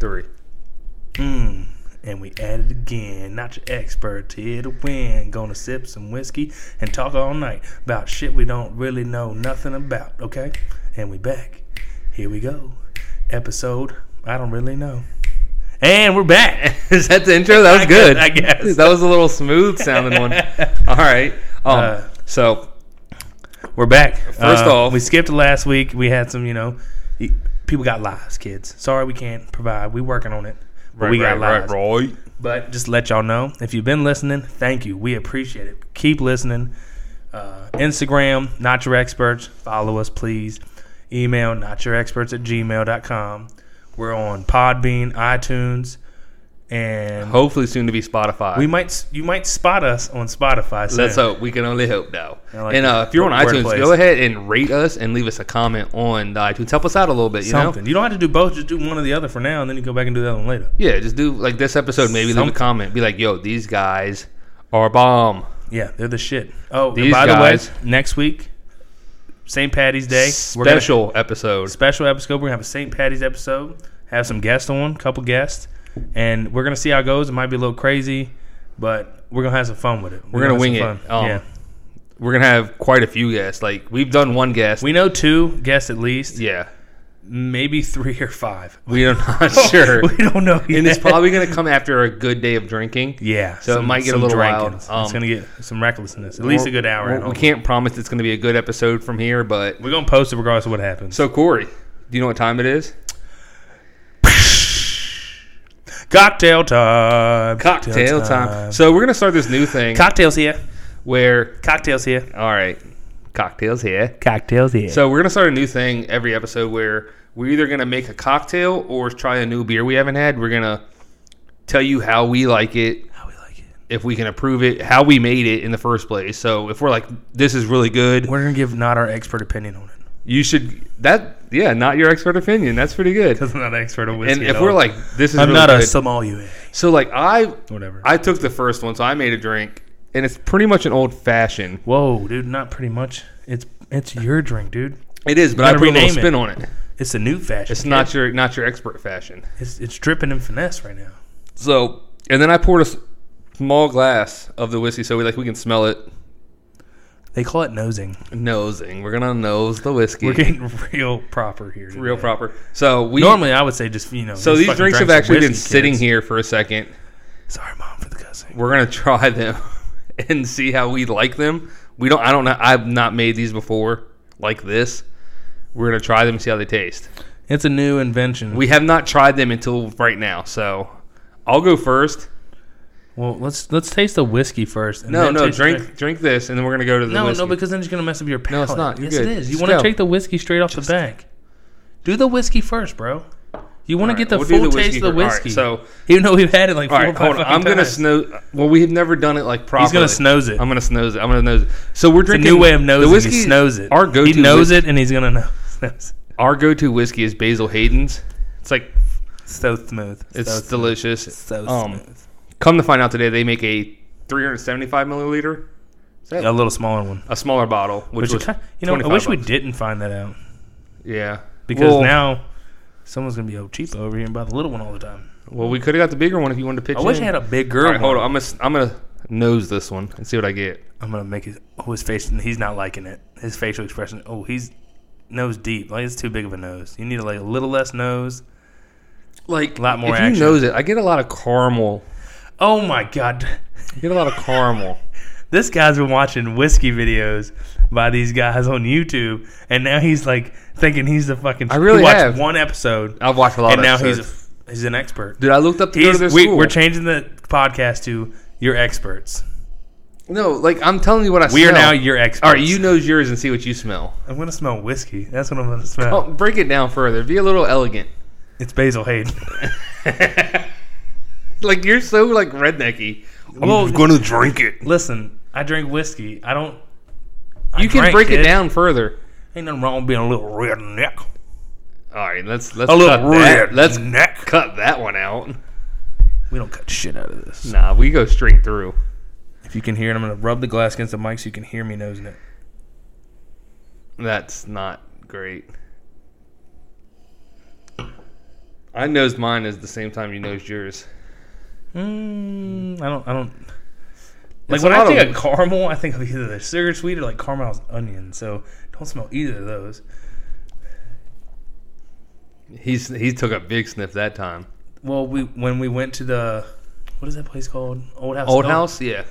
three. Mm. And we at it again. Not your expert here to win. Gonna sip some whiskey and talk all night about shit we don't really know nothing about. Okay, and we back. Here we go. Episode I don't really know. And we're back. Is that the intro? That was good. I guess. that was a little smooth sounding one. All right. Um, Uh, so We're back. Uh, First off- we skipped last week. We had some, you know, e- people got lives, kids. Sorry, we can't provide. We working on it, but we got lives. right. But just to let y'all know, if you've been listening, thank you. We appreciate it. Keep listening. Uh, Instagram, not your experts. Follow us, please. Email, not your experts at gmail.com. We're on Podbean, iTunes, and Hopefully soon to be Spotify. we might s- you might spot us on Spotify. Soon. Let's hope. We can only hope, though. I like and uh, that. if you're on Word iTunes, plays. go ahead and rate us and leave us a comment on the iTunes. Help us out a little bit, you Something. know? You don't have to do both. Just do one or the other for now, and then you go back and do the other one later. Yeah, just do like this episode. Maybe leave Something. a comment. Be like, "Yo, these guys are bomb." Yeah, they're the shit. Oh, and These by guys- the way, next week, St. Patty's Day, we're gonna- Special episode. special episode. We're gonna have a St. Patty's episode. Have some guests on, couple guests, and we're gonna see how it goes. It might be a little crazy, but we're gonna have some fun with it. We're gonna wing have some it. Um, yeah, We're gonna have quite a few guests. Like we've done one guest. we know two guests at least, yeah, maybe three or five. we are not sure, we don't know yet. and it's probably gonna come after a good day of drinking. yeah. so it might get a little wild. Um, it's gonna get some recklessness. At least a good hour. We're- and all. We can't promise it's gonna be a good episode from here, but We're gonna post it regardless of what happens. so Corey, do you know what time it is? Cocktail time. Cocktail time. So we're gonna start this new thing Cocktails here. where Cocktails here. all right, cocktails here. Cocktails here. So we're gonna start a new thing every episode where we're either gonna make a cocktail or try a new beer we haven't had. We're gonna tell you how we like it, how we like it. if we can approve it, how we made it in the first place. So if we're like, this is really good, We're gonna give not our expert opinion on it you should that yeah, not your expert opinion. That's pretty good. because I'm not an expert on whiskey. And at if we're all. like, this is I'm really not a good. sommelier. so like I Whatever. I took the first one, so I made a drink, and it's pretty much an old fashioned. Whoa, dude, not pretty much. It's it's your drink, dude. It is, but I Gotta put a little rename it. spin on it. It's a new fashion. It's not your not your expert fashion. It's, it's dripping in finesse right now. So and then I poured a s- small glass of the whiskey, so we like we can smell it. They call it nosing. Nosing, we're gonna nose the whiskey, We're getting real proper here. today. real proper. So we Normally, I would say just you know. So just these fucking drinks have drink some actually been whiskey, sitting kids. here for a second. Sorry, mom, for the cussing. We're gonna try them and see how we like them. We don't. I don't know. I've not made these before like this. We're gonna try them and see how they taste. It's a new invention. We have not tried them until right now. So I'll go first. well, let's let's taste the whiskey first. And No, then no, taste the drink drink this, and then we're gonna go to the No, whiskey. no, because then it's gonna mess up your palate. not. You're yes, good. it is. You Just want to go. take the whiskey straight off the back. Do the whiskey first, bro. You want All to right, get the we'll do full the taste of the whiskey first. All right, whiskey. so- even though we've had it like All four right, or five hold on. I'm fucking gonna times. snow. Well, we have never done it like properly. He's gonna snooze it. I'm gonna snooze it. I'm gonna nose it. So we're it's a drinking new way of nosing. The whiskey he snows it. Our go-to He knows whis- it, and he's gonna know. That's Our go-to whiskey is Basil Hayden's. It's like so smooth. it's so smooth. delicious. so Um, smooth. Come to find out today, they make a 375 milliliter, A little smaller one. a smaller bottle, which Which you, was kind you know, I 25 wish we bucks. didn't find that out yeah because Well- now someone's gonna be oh cheap over here and buy the little one all the time. Well, we could have got the bigger one if you wanted to pitch. I wish in. I had a big All girl. right, hold one. on. I'm gonna s- I'm gonna nose this one and see what I get. I'm gonna make his oh, his face. He's not liking it. His facial expression. Oh, he's nose deep. Like it's too big of a nose. You need like a little less nose. Like A lot more If action. you nose it, I get a lot of caramel. Oh my god, I get a lot of caramel. this guy's been watching whiskey videos by these guys on YouTube, and now he's like thinking he's the fucking. I really he watched have. one episode, I've watched a lot. and of now episodes. he's a, he's an expert. dude. I looked up to go to He's, their we, school. we're changing the podcast to your experts. no, like I'm telling you what I. We are smell. now your experts. All right, you nose yours and see what you smell. I'm gonna smell whiskey. That's what I'm gonna smell. Oh, break it down further. Be a little elegant. It's Basil Hayden. Like you're so like rednecky. Well, gonna drink it. Listen, I drink whiskey. I don't. You can break it down further. Ain't nothing wrong with being a little redneck. All right, let's let's A cut little that. red. Let's neck. cut that one out. We don't cut shit out of this. Nah, we go straight through. If you can hear it, I'm gonna rub the glass against the mic so you can hear me nosing it. That's not great. I nosed mine as the same time you nosed yours. Mm, I don't. I don't. Like It's when a I lot think of- of caramel, I think of either the sugar sweet or like caramel's onion. So don't smell either of those. He's he took a big sniff that time. Well, we when we went to the what is that place called? Old House. Old Dog- house, yeah.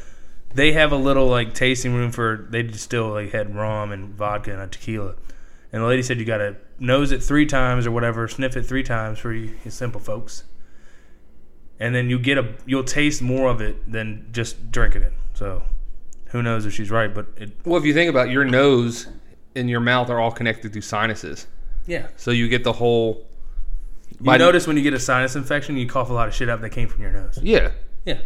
They have a little like tasting room for they still like had rum and vodka and a tequila. And the lady said you gotta nose it three times or whatever, sniff it three times for you, you simple folks. And then you get a you'll taste more of it than just drinking it. So who knows if she's right, but it Well, if you think about it, your nose and your mouth are all connected through sinuses, yeah. so you get the whole. You My- notice when you get a sinus infection, you cough a lot of shit up that came from your nose. Yeah. Yeah.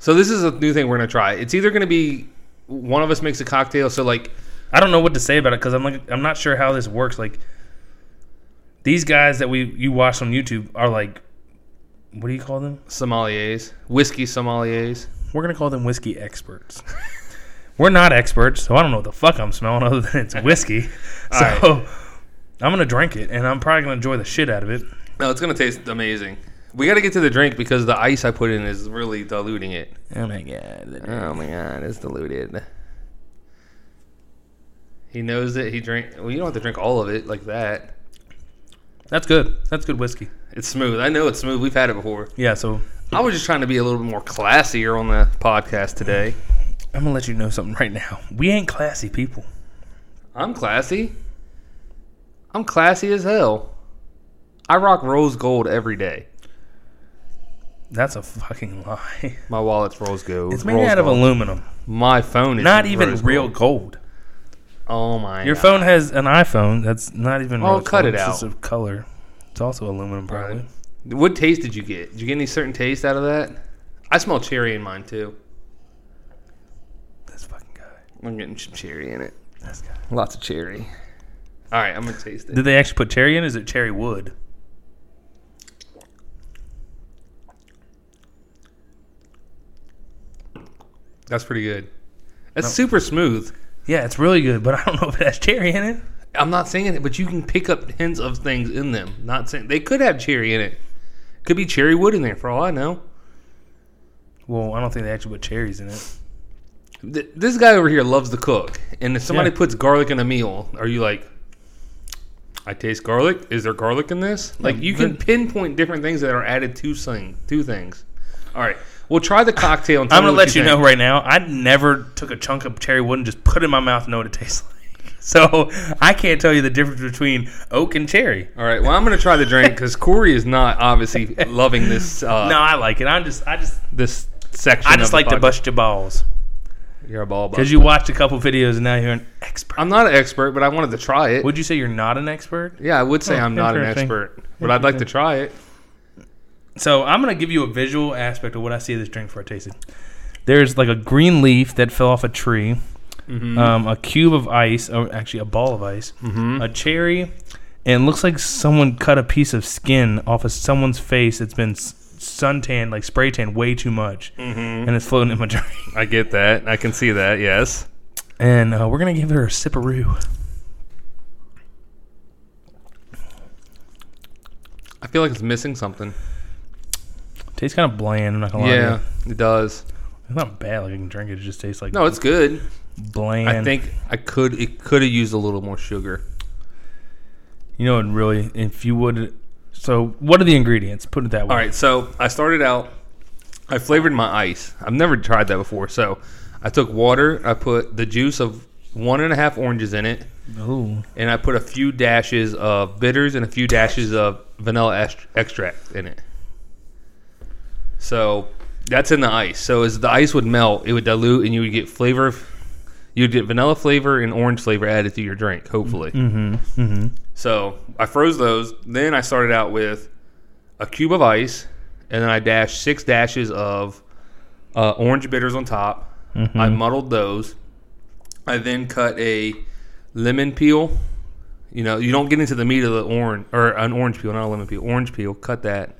So this is a new thing we're gonna try. It's either gonna be one of us makes a cocktail. So like, I don't know what to say about it because I'm like I'm not sure how this works. Like these guys that we you watch on YouTube are like, what do you call them? sommeliers, whiskey sommeliers. We're gonna call them whiskey experts. We're not experts, so I don't know what the fuck I'm smelling other than it's whiskey. so Alright. I'm gonna drink it, and I'm probably gonna enjoy the shit out of it. No, it's gonna taste amazing. We gotta get to the drink because the ice I put in is really diluting it. Oh my god! Oh my god, it's diluted. He knows it. He drink. Well, you don't have to drink all of it like that. That's good. That's good whiskey. It's smooth. I know it's smooth. We've had it before. Yeah. So I was just trying to be a little bit more classier on the podcast today. I'm gonna let you know something right now. We ain't classy people. I'm classy. I'm classy as hell. I rock rose gold every day. That's a fucking lie. My wallet's rose gold. It's made rose out of gold. aluminum, My phone is not even rose real gold. gold. Oh my! Your God. phone has an iPhone that's not even. Oh, rose cut gold, it it's out. Just a color. It's also aluminum, probably. Right. What taste did you get? Did you get any certain taste out of that? I smell cherry in mine too. This fucking guy. I'm getting some cherry in it. This guy. Lots of cherry. All right, I'm gonna taste it. Did they actually put cherry in? Is it cherry wood? That's pretty good. That's super smooth. Yeah, it's really good, but I don't know if it has cherry in it. I'm not saying it, but you can pick up hints of things in them. Not saying they could have cherry in it. Could be cherry wood in there for all I know. Well, I don't think they actually put cherries in it. Th- this guy over here loves to cook, and if somebody Yeah. puts garlic in a meal, are you like, I taste garlic? Is there garlic in this? Like you can but- pinpoint different things that are added to sing two things. All right, we'll try the cocktail. And tell I'm me gonna what let you think. know right now. I never took a chunk of cherry wood and just put it in my mouth and know what it tastes like. So I can't tell you the difference between oak and cherry. All right, well I'm gonna try the drink because Corey is not obviously loving this uh, No, I like it. I'm just, I just, this section. I just of the like to podcast. bust your balls You're a ball because bust. you watched a couple videos and now you're an expert. I'm not an expert, but I wanted to try it. Would you say you're not an expert? yeah, I would say Oh, I'm not an interesting. expert, but I'd like to try it. So I'm gonna give you a visual aspect of what I see of this drink before I taste it. There's like a green leaf that fell off a tree, Mm-hmm. um, a cube of ice, or actually a ball of ice, Mm-hmm. a cherry, and it looks like someone cut a piece of skin off of someone's face that's been s- suntanned, like spray tanned, way too much, Mm-hmm. and it's floating in my drink. I get that. I can see that. Yes. And uh, we're gonna give her a sipperoo. I feel like it's missing something. Tastes kind of bland. I'm not gonna lie. Yeah, To you. it does. It's not bad. Like I can drink it. It just tastes like No, it's good. bland. I think I could. It could have used a little more sugar. You know, and really, if you would. So, what are the ingredients? Put it that way. All right, so I started out. I flavored my ice. I've never tried that before. So I took water. I put the juice of one and a half oranges in it, Ooh. and I put a few dashes of bitters and a few dashes of vanilla est- extract in it. So that's in the ice. So as the ice would melt, it would dilute, and you would get flavor. You'd get vanilla flavor and orange flavor added to your drink, hopefully. Mm-hmm. Mm-hmm. So I froze those. Then I started out with a cube of ice, and then I dashed six dashes of uh, orange bitters on top. Mm-hmm. I muddled those. I then cut a lemon peel. You know, you don't get into the meat of the orange or an orange peel, not a lemon peel. Orange peel. Cut that.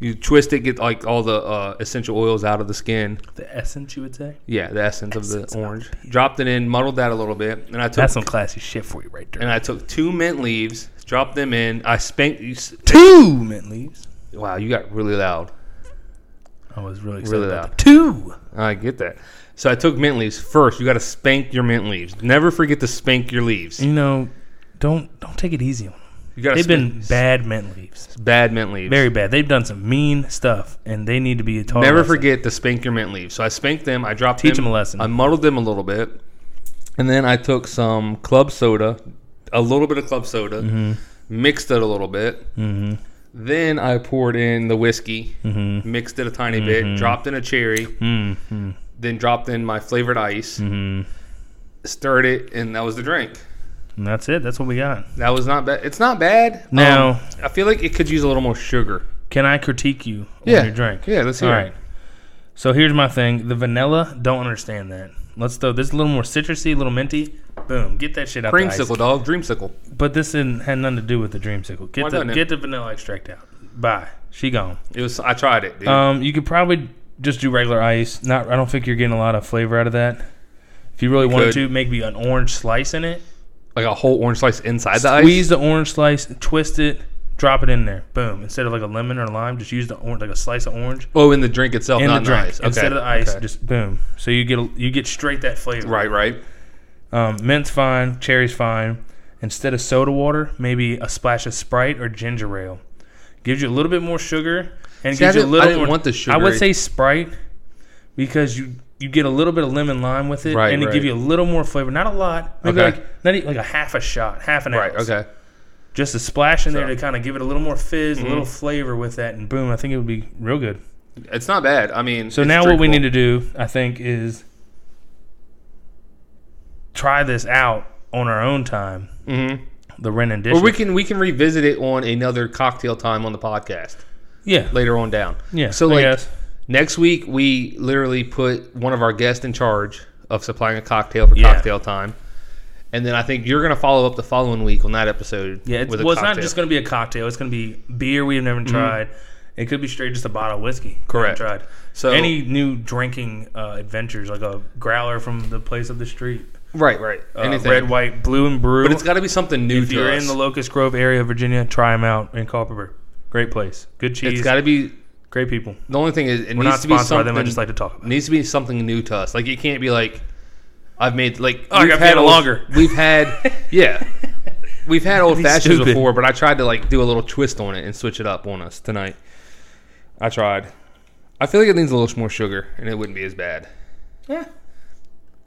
You twist it, get like all the uh, essential oils out of the skin. The essence, you would say. Yeah, the essence, of Essence the of orange. Dropped it in, muddled that a little bit, and I took That's some classy shit for you right there. and I took two mint leaves, dropped them in. I spanked. You, s- two mint leaves. wow, you got really loud. I was really excited Really about that. Two. I get that. So I took mint leaves first. You got to spank your mint leaves. Never forget to spank your leaves. You know, don't don't take it easy on them. You got to. They've been bad mint leaves. bad mint leaves. Very bad. They've done some mean stuff, and they need to be taught. a Never lesson. forget to spank your mint leaves. So I spanked them. I dropped Oh, Teach 'em a lesson. I muddled them a little bit, and then I took some club soda, a little bit of club soda, Mm-hmm. mixed it a little bit. Then I poured in the whiskey, Mm-hmm. mixed it a tiny bit, dropped in a cherry, then dropped in my flavored ice, Mm-hmm. stirred it, and that was the drink. And that's it. That's what we got. That was not bad. It's not bad. Um, Now- I feel like it could use a little more sugar. Can I critique you Yeah. on your drink? Yeah, let's hear All it. right. So here's my thing. The vanilla, don't understand that. Let's throw this a little more citrusy, a little minty. Boom, get that shit out. the ice. Creamsicle, dog. Dreamsicle. But this didn't had nothing to do with the dreamsicle. Get Why the doesn't it? get the vanilla extract out. Bye. She gone. It was. I tried it, dude. Um, you could probably just do regular ice. Not, I don't think you're getting a lot of flavor out of that. If you really wanted could. to, maybe an orange slice in it. like a whole orange slice inside the ice. Squeeze the orange slice, twist it, drop it in there. Boom. Instead of like a lemon or lime, just use the orange, like a slice of orange Oh, in the drink itself, in not the drink ice. Okay. instead of the ice. Okay. Just boom. So you get a, you get straight that flavor. right, right. Um, mint's fine, cherry's fine. Instead of soda water, maybe a splash of Sprite or ginger ale. Gives you a little bit more sugar and See, I gives you a didn't- little. I didn't more, want the I would sugary. say Sprite because you you get a little bit of lemon lime with it, Right, and it give right. you a little more flavor. Not a lot, maybe Okay. like not e- like a half a shot, half an Right, ounce. okay. Just a splash in there So- Mm-hmm. to kind of give it a little more fizz, a little flavor with that, and boom, I think it would be real good. It's not bad. I mean, So now what we need to do, I think, is try this out on our own time. Mm-hmm. The Ren and Or we can we can revisit it on another cocktail time on the podcast yeah, later on down. yeah. So I like guess. next week, we literally put one of our guests in charge of supplying a cocktail for Yeah. cocktail time. And then I think you're going to follow up the following week on that episode. yeah. It's, with a well, it's not cocktail. Mm-hmm. just going to be a cocktail. It's going to be beer we have never tried. It could be straight just a bottle of whiskey. we haven't Correct. Tried. So- any new drinking uh, adventures, like a growler from the place up the street, right, right. uh, Anything. red, white, blue, and brew. but it's got to be something new if to you're us. in the Locust Grove area of Virginia, try them out in Culpeper. Great place. Good it's cheese. got to be. great people. The only thing is, it We're needs not to be sponsored by something. them. I just like to talk about. it. It needs to be something new to us. Like it can't be like I've made like Oh, I we've got paid old- longer. We've had yeah, we've had old be fashions stupid. before, but I tried to like do a little twist on it and switch it up on us tonight. I tried. I feel like it needs a little more sugar, and it wouldn't be as bad. Yeah.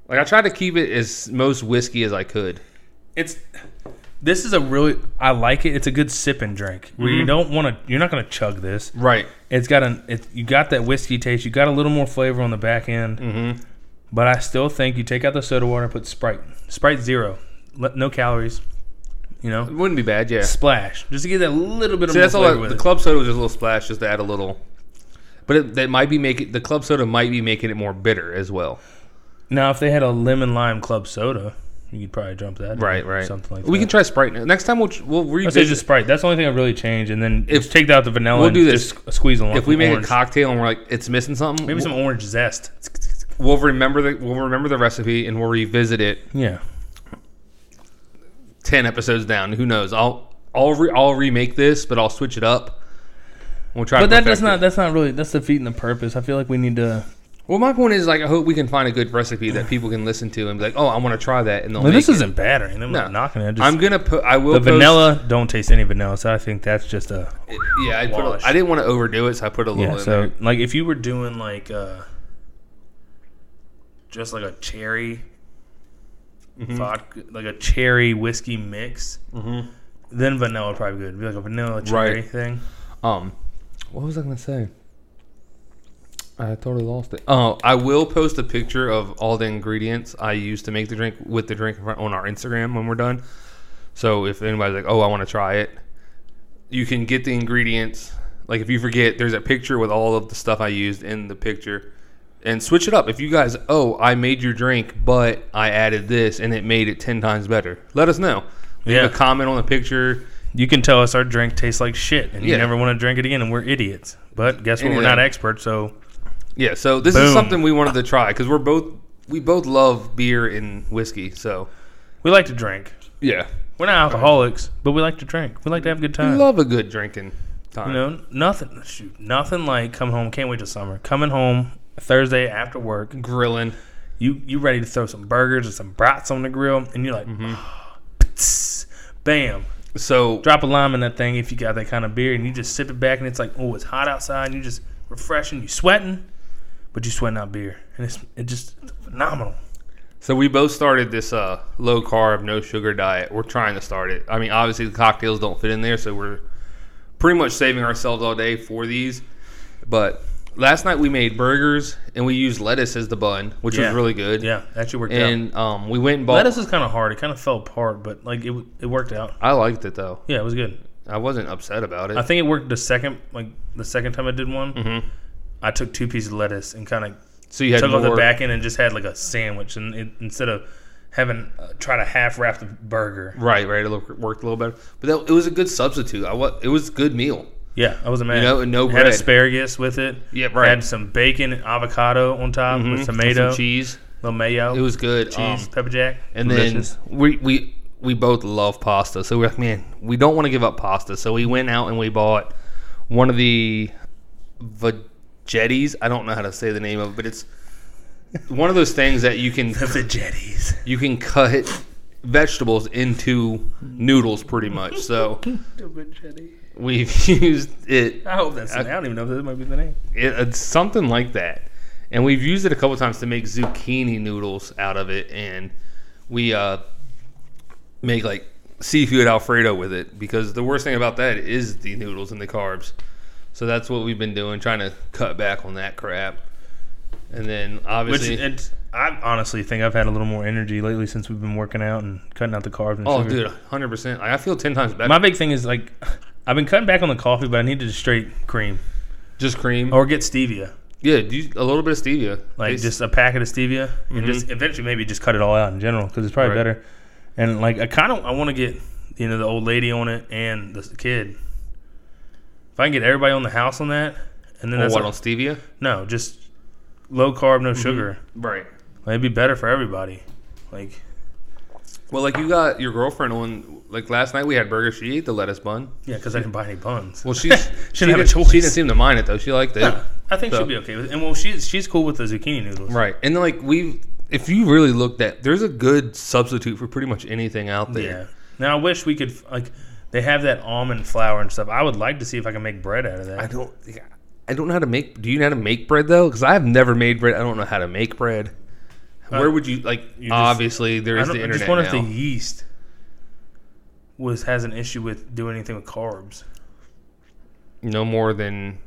Like I tried to keep it as most whiskey as I could. it's this is a really I like it. It's a good sip and drink where you don't want to. You're not going to chug this. Right. It's got an. It, you got that whiskey taste. You got a little more flavor on the back end. Mm-hmm. But I still think you take out the soda water and put Sprite. Sprite zero, Let- no calories. You It know, wouldn't be bad. Yeah. splash just to get that little bit of See, more that's all. flavor I, with the it. club soda was just a little splash, just to add a little. But it, that might be making the club soda might be making it more bitter as well. now, if they had a lemon lime club soda, you could probably jump that. in, Right, right. Something like we that. can try Sprite now. next time. We'll tr- we'll I say revisit. just Sprite. That's the only thing I really changed, and then If- just take out the vanilla. we'll and do this. Just squeeze along. if we make orange. a cocktail and we're like it's missing something, maybe we'll, some orange zest. we'll remember the we'll remember the recipe and we'll revisit it Yeah. ten episodes down. Who knows? I'll I'll re, I'll remake this, but I'll switch it up. We'll try. to But that perfect does not. It. That's not really. That's defeating the purpose. I feel like we need to. Well, my point is like I hope we can find a good recipe that people can listen to and be like, oh, I want to try that. And they'll I mean, this make it. isn't bad or anything. I'm No. not knocking it. Just, I'm gonna put. I will the post- vanilla. Don't taste any vanilla. So I think that's just a. Yeah, I, put Wash. a, I didn't want to overdo it, so I put a little Yeah. in So there. like, if you were doing like, uh just like a cherry Mm-hmm. vodka, like a cherry whiskey mix, then vanilla would probably be good. It'd be like a vanilla cherry Right. thing. Um, what was I gonna say? I totally lost it. Oh, I will post a picture of all the ingredients I used to make the drink with the drink in front- on our Instagram when we're done. So if anybody's like, "Oh, I want to try it," you can get the ingredients. Like if you forget, there's a picture with all of the stuff I used in the picture, and switch it up. If you guys, oh, I made your drink, but I added this and it made it ten times better. Let us know. Leave Yeah. a comment on the picture. You can tell us our drink tastes like shit, and you Yeah. never want to drink it again, and we're idiots. But guess what? We're Yeah. not experts, so Yeah, so this Boom. is something we wanted to try because we're both we both love beer and whiskey. So we like to drink. yeah, We're not alcoholics, but we like to drink. We like to have a good we time. love a good drinking time. You know, nothing. Shoot, nothing like coming home. Can't wait till summer. Coming home Thursday after work, Grilling, you you ready to throw some burgers and some brats on the grill, and you're like, "Pts," bam, so drop a lime in that thing if you got that kind of beer, and you just sip it back, and it's like, oh, it's hot outside, and you just refreshing, you sweating, but you sweating out beer, and it's it just phenomenal. so we both started this uh, low carb, no sugar diet. We're trying to start it. I mean, obviously the cocktails don't fit in there, so we're pretty much saving ourselves all day for these. But last night we made burgers and we used lettuce as the bun, which Yeah. was really good. Yeah, actually worked out. And um, we went and bought. Lettuce is kind of hard. It kind of fell apart, but like it it worked out. I liked it though. Yeah, it was good. I wasn't upset about it. I think it worked the second like the second time I did one. Mm-hmm. I took two pieces of lettuce and kind of so you had took off the more- back end and just had like a sandwich, and it, instead of having uh, try to half wrap the burger. Right, right. It look- worked a little better, but that, it was a good substitute. I wa- it was a good meal. Yeah, I was a You man. know, and no had bread. asparagus with it. Yeah, right. Mm-hmm. Had some bacon and avocado on top with tomato, Some cheese. little mayo, It was good. Um, cheese, pepper jack, and then we we we both love pasta, so we're like, man, we don't want to give up pasta. So we went out and we bought one of the vegetties. I don't know how to say the name of, it, but it's one of those things that you can the jetties. you can cut vegetables into noodles, pretty much. So we've used it. I hope that's. I, don't even know if that might be the name. it, it's something like that. And we've used it a couple times to make zucchini noodles out of it, and we uh, make like seafood alfredo with it because the worst thing about that is the noodles and the carbs. So that's what we've been doing, trying to cut back on that crap. And then Which obviously, it's, I honestly think I've had a little more energy lately since we've been working out and cutting out the carbs. And oh dude, sugar. hundred percent. I feel ten times better. My big thing is like, I've been cutting back on the coffee, but I need to just straight cream just cream, or get stevia, yeah, use a little bit of stevia, Oh. like Tastes- just a packet of stevia, and just eventually maybe just cut it all out in general because it's probably Mm-hmm. Right. better. And like, I kind of I want to get you know the old lady on it and the kid. If I can get everybody on the house on that, and then or that's what Mm-hmm. all- on stevia, no, just low carb, no sugar. right? Like, it'd be better for everybody. Like, Well, like you got your girlfriend on. Like last night, we had burger. She ate the lettuce bun. yeah, because I didn't buy any buns. Well, she's, she, have a didn't, choice. she didn't seem to mind it though. She liked it. I think So- she'd be okay with it. And well, she's she's cool with the zucchini noodles. Right. And then, like we, if you really looked at, there's a good substitute for pretty much anything out Yeah. there. Now I wish we could like they have that almond flour and stuff. I would like to see if I can make bread out of I that. don't. I don't know how to make. Do you know how to make bread though? Because I've never made bread. I don't know how to make bread. Where would you like? Uh, just- obviously, there I, is don't, the I internet just wonder now. if the yeast was has an issue with doing anything with carbs. no more than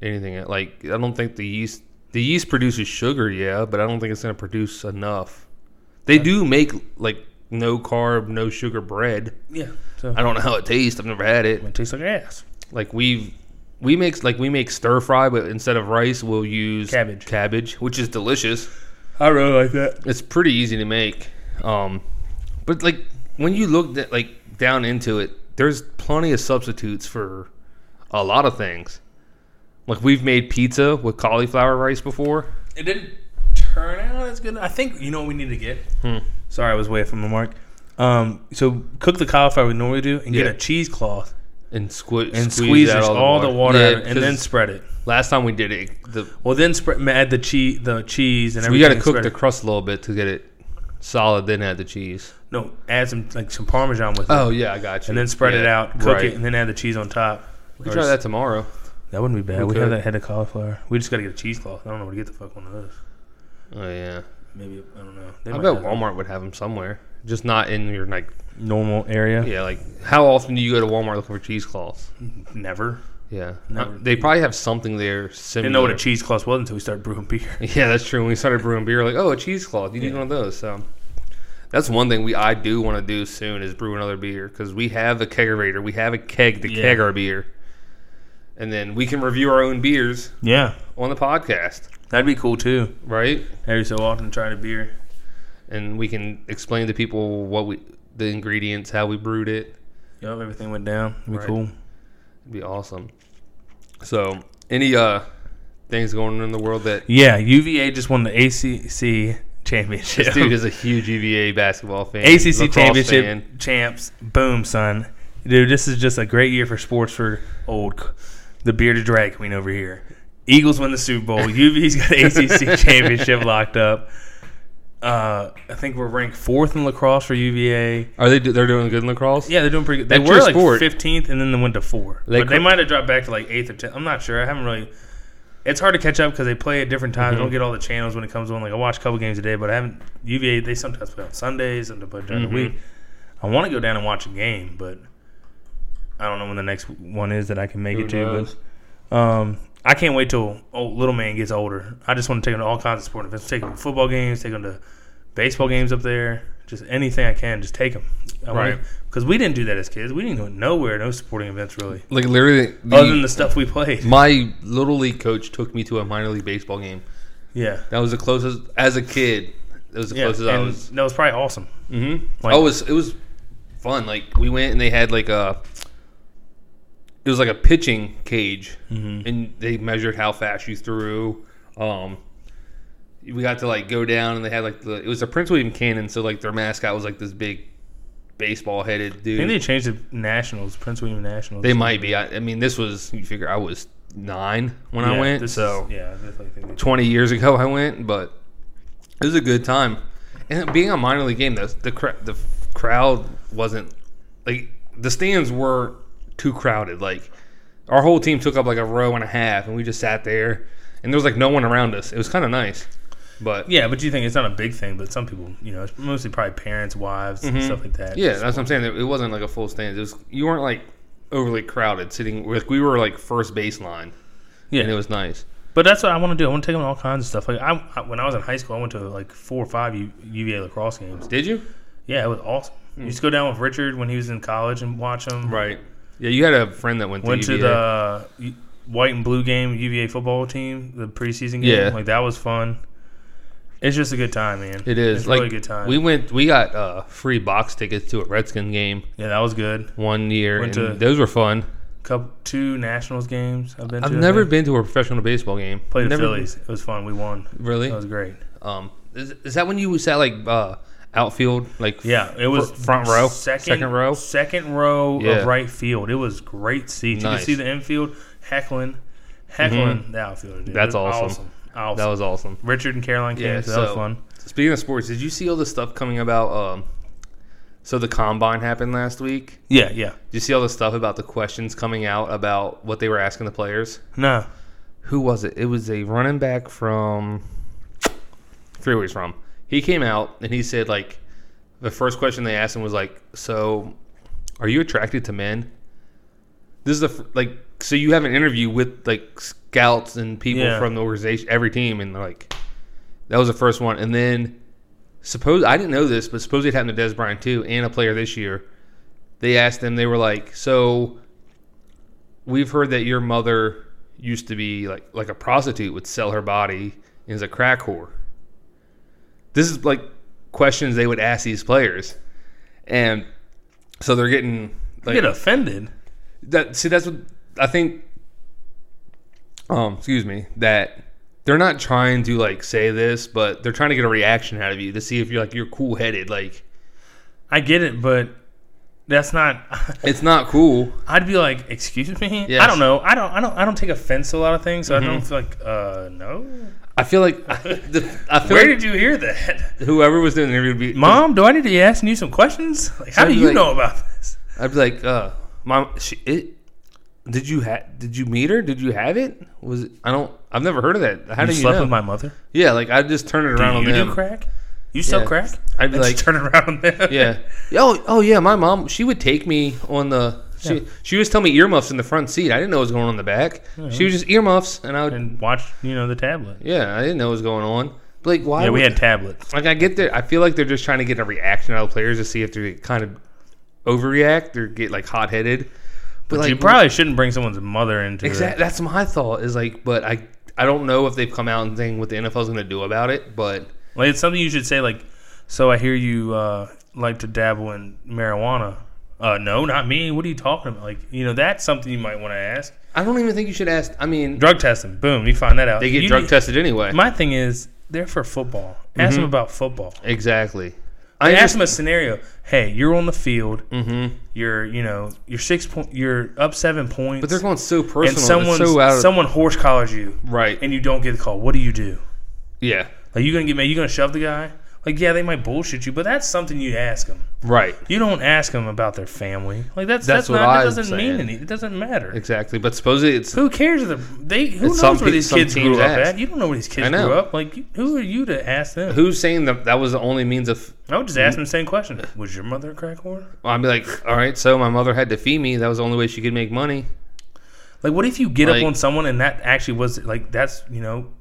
anything. el- Like I don't think the yeast the yeast produces sugar, yeah, but I don't think it's going to produce enough. They Uh, do make like no carb, no sugar bread. Yeah. So I don't know how it tastes. I've never had it. it tastes like ass. Like we've we make like we make stir fry, but instead of rice, we'll use Cabbage. cabbage, which is delicious. I really like that. It's pretty easy to make. Um, but like when you look at, like down into it, there's plenty of substitutes for a lot of things. Like we've made pizza with cauliflower rice before. It didn't turn out as good. I think you know what we need to get. Sorry, I was way from the mark. Um, so cook the cauliflower we normally do, and Yeah. get a cheesecloth And, squi- and squeeze, out all, the water, Yeah, out, and then 'cause spread it. last time we did it, the, Well, then spread add the cheese, the cheese, and we everything. got to and cook spread the it. crust a little bit to get it solid. Then add the cheese. No, add some like some parmesan with it, Oh yeah, I got you. and then spread it Yeah, out, cook right. it, and then add the cheese on top. We could try that tomorrow. That wouldn't be bad. We, We have could. that head of cauliflower. We just got to get a cheesecloth. I don't know where to get the fuck one of those. Oh yeah, Maybe I don't know. They I might bet have them. Walmart would have them somewhere, just not in your like normal area. Yeah, like how often do you go to Walmart looking for cheesecloths? Never. Yeah, Never. Uh, they probably have something there similar. Didn't know what a cheesecloth was until we started brewing beer. yeah, that's true. When we started brewing beer, like oh, a cheesecloth, you need Yeah. one of those. So that's one thing we I do want to do soon is brew another beer because we have a kegerator, we have a keg to Yeah. keg our beer, and then we can review our own beers Yeah, on the podcast, that'd be cool too. right? Every so often, trying a beer. And we can explain to people what we the ingredients, how we brewed it. Yup, everything went down. We Right. cool. It'd be awesome. So, any uh things going on in the world that Yeah, UVA just won the ACC championship. this dude is a huge UVA basketball fan, ACC lacrosse championship fan. champs. Boom, son. Dude, this is just a great year for sports for old c- the bearded drag queen over here. Eagles win the Super Bowl. UVA's got the ACC championship locked up. Uh, I think we're ranked fourth in lacrosse for UVA. Are they? do- They're doing good in lacrosse. Yeah, they're doing pretty good. They That's were your like sport. 15th and then they went to four. They but they cr- might have dropped back to like eighth or 10th. I'm not sure. I haven't really. It's hard to catch up because they play at different times. Mm-hmm. I don't get all the channels when it comes on. Like I watch a couple games a day, but I haven't. UVA they sometimes play on Sundays and play during Mm-hmm. the week. I want to go down and watch a game, but I don't know when the next one is that I can make Who it to. knows? But um, I can't wait till old little man gets older. I just want to take him to all kinds of sporting events. Take him to football games. Take him to baseball games up there. Just anything I can, just take him. Right. Because we didn't do that as kids. We didn't go nowhere, no sporting events really, Like literally, the, other than the stuff we played. my little league coach took me to a minor league baseball game. Yeah. That was the closest as a kid. That was the Yeah. closest I and was. That was probably awesome. Mm-hmm. Like- oh, it was it was fun. Like we went and they had like a. It was like a pitching cage, Mm-hmm. and they measured how fast you threw. Um, we got to like go down, and they had like the it was a Prince William Cannon, so like their mascot was like this big baseball headed I dude. think they changed the Nationals, Prince William Nationals. They might be. I, I mean, this was you figure I was nine when I Yeah, went, this so is- yeah, I definitely think they 20 years ago I went, but it was a good time. And being a minor league game, the the, cr- the f- crowd wasn't like the stands were too crowded. Like our whole team took up like a row and a half, and we just sat there, and there was like no one around us. It was kind of nice, but Yeah, but you think it's not a big thing, but some people, you know, it's mostly probably parents, wives, Mm-hmm. and stuff like that. yeah, that's what I'm saying. It wasn't like a full stand. It was you weren't like overly crowded sitting. Like we were like first baseline, yeah. and it was nice. but that's what I want to do. I want to take them to all kinds of stuff. Like I, I- when I was in high school, I went to like four or five U, UVA lacrosse games. Did you? Yeah, it was awesome. You used to go down with Richard when he was in college and watch him. Hmm. Right. Yeah, you had a friend that went to Went to UVA. the U- white and blue game UVA football team, the preseason game. Yeah. like that was fun. It's just a good time, man. It is It's like a really good time. we went. We got uh, free box tickets to a Redskin game yeah, that was good. one year, Went and to- those were fun. Couple two nationals games I've been. I've to, I never think. been to a professional baseball game. played the never, Phillies. It was fun. We won. Really? That was great. Um, is, is that when you sat like uh, outfield, like Yeah, it was Fr- front row? second, Second row? second row Yeah. of right field. It was great seats. You Nice. Mm-hmm. could see the infield heckling, heckling the outfielder. Dude. That's It was awesome. awesome. Awesome. that was awesome. Richard and Caroline came, Yeah, so that was so- fun. Speaking of sports, did you see all the stuff coming about? Um, so the combine happened last week. Yeah, yeah. Did you see all the stuff about the questions coming out about what they were asking the players? No, who was it? It was a running back from three where he's from. He came out and he said like the first question they asked him was like, "So, are you attracted to men?" This is the fir- like so you have an interview with like scouts and people Yeah. from the organization, every team, and they're like, that was the first one, and then suppose I didn't know this, but suppose it happened to Des Bryant too, and a player this year. They asked them, they were like, so we've heard that your mother used to be like like a prostitute would sell her body and is a crack whore. This is like questions they would ask these players, and so they're getting I like get offended. that. See, that's what I think. Um, excuse me. That they're not trying to like say this, but they're trying to get a reaction out of you to see if you're like you're cool headed. Like I get it, but that's not. it's not cool. I'd be like, excuse me. I Yes. Mm-hmm. don't know. I don't. I don't. I don't take offense to a lot of things, so I don't feel like. Uh, no. I feel like I, the, I feel Where like did you hear that, whoever was doing the interview would be Mom? Do I need to be asking you some questions? Like, how So do I'd be you like- know about this? I'd be like, uh, mom, she, it, did you ha- did you meet her? Did you have it? Was it, I don't. I've never heard of that. How do You you slept know? with my mother. yeah, like I just turn it Do around on you them. do crack? You sell Yeah. crack? I'd be And like- just turn around on them. Yeah. Oh, oh yeah. My mom, she would take me on the. She, she was telling me earmuffs in the front seat. I didn't know what was going on in the back. She was just earmuffs, and I would. And watch, you know, the tablet. yeah, I didn't know what was going on. But like, why? Yeah, we would- had tablets. Like, I get there. I feel like they're just trying to get a reaction out of players to see if they kind of overreact or get like hot headed. But, like, you probably shouldn't bring someone's mother into Exactly. That's my thought. Is like, but I I don't know if they've come out and saying what the NFL's going to do about it. But it. Like, it's something you should say, like, so I hear you uh, like to dabble in marijuana. Uh, no, not me. What are you talking about? Like, you know, that's something you might want to ask. I don't even think you should ask. I mean, Drug testing. Boom. You find that out. they get You drug need- tested anyway. My thing is, they're for football. Ask them about football. exactly. I I ask just, them a scenario. Hey, you're on the field. mm-hmm. You're, you know, you're six point. You're up seven points. But they're going so personal. and it's someone, so out of, someone horse collars you, right. and you don't get the call. What do you do? yeah. Like, you gonna get mad? You gonna shove the guy? Like, yeah, they might bullshit you, but that's something you ask them. Right. You don't ask them about their family. Like that's That's that's, what not that I'm doesn't mean saying. anything. It doesn't matter. Exactly. But supposedly it's Who cares? if The, they who It's knows some where pe- these some kids grew teams up ask. at? You don't know where these kids I know. grew up. Like you- who are you to ask them? who's saying that that was the only means of. I would just ask them the same question. Was your mother a crack whore? I'd be like, all right, so my mother had to feed me. That was the only way she could make money. Like what if you get Like- up on someone and that actually was like that's you know.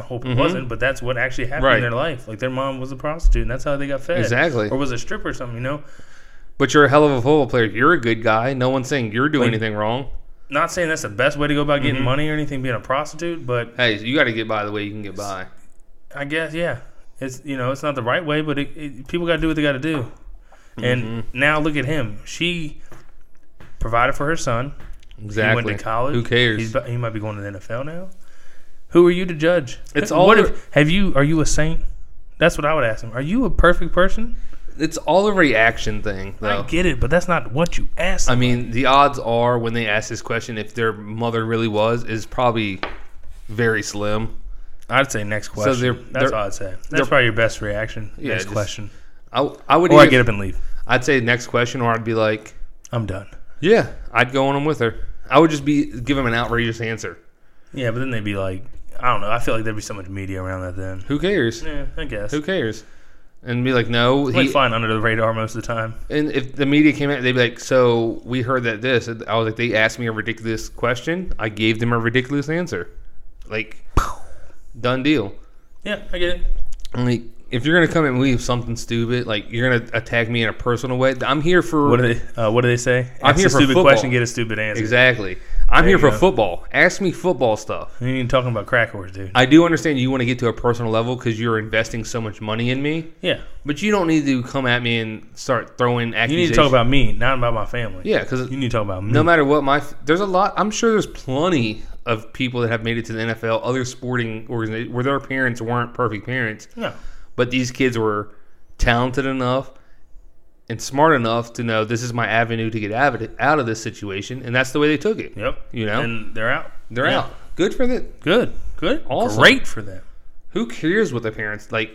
I hope it wasn't, but that's what actually Mm-hmm. happened Right. in their life. Like their mom was a prostitute, and that's how they got fed. Exactly. Or was a stripper or something. You know, But you're a hell of a football player. You're a good guy. No one's saying you're doing Like- anything wrong. not saying that's the best way to go about getting Mm-hmm. money or anything, being a prostitute, but Hey, you got to get by the way you can get by. I guess yeah. It's you know it's not the right way, but it, it, people got to do what they got to do. And Mm-hmm. now look at him. She provided for her son. Exactly. He went to college. Who cares? He's, bu- he might be going to the NFL now. Who are you to judge? It's What all- if- have you? Are you a saint? That's what I would ask him. Are you a perfect person? it's all a reaction thing, though. I get it, but that's not what you asked. I mean, the odds are when they ask this question, if their mother really was, is probably very slim. I'd say next question. they're- that's they're- all I'd say. they're- That's probably your best reaction. Yeah, next just- question. I, I would. Or I either- get up and leave. I'd say next question, or I'd be like, I'm done. yeah, I'd go on 'em with her. I would just be give him an outrageous answer. Yeah, but then they'd be like, I don't know. I feel like there'd be so much media around that then. Who cares? Yeah, I guess. Who cares? And be like, no. Play He, fine under the radar most of the time. and if the media came out, they'd be like, so we heard that this. And I was like, they asked me a ridiculous question. I gave them a ridiculous answer. Like, done deal. Yeah, I get it. I'm like, if you're gonna come at me with something stupid, like you're gonna attack me in a personal way, I'm here for What do they? Uh, what do they say? I'm Ask here a for stupid football. question, get a stupid answer. exactly. I'm here you for go. football. Ask me football stuff. You ain't even talking about crack whores, dude. I do understand you want to get to a personal level because you're investing so much money in me, yeah, but you don't need to come at me and start throwing you accusations. need to talk about Mm-hmm. me, not about my family. yeah, because you need to talk about me. no matter what my there's a lot. I'm sure there's plenty of people that have made it to the NFL, other sporting organizations where their parents weren't perfect parents, no, but these kids were talented enough and smart enough to know this is my avenue to get out of, it, out of this situation, and that's the way they took it. yep. You know? and they're out. They're Yeah. out. Good for the. Good, good, Awesome. great for them. Who cares what the parents like?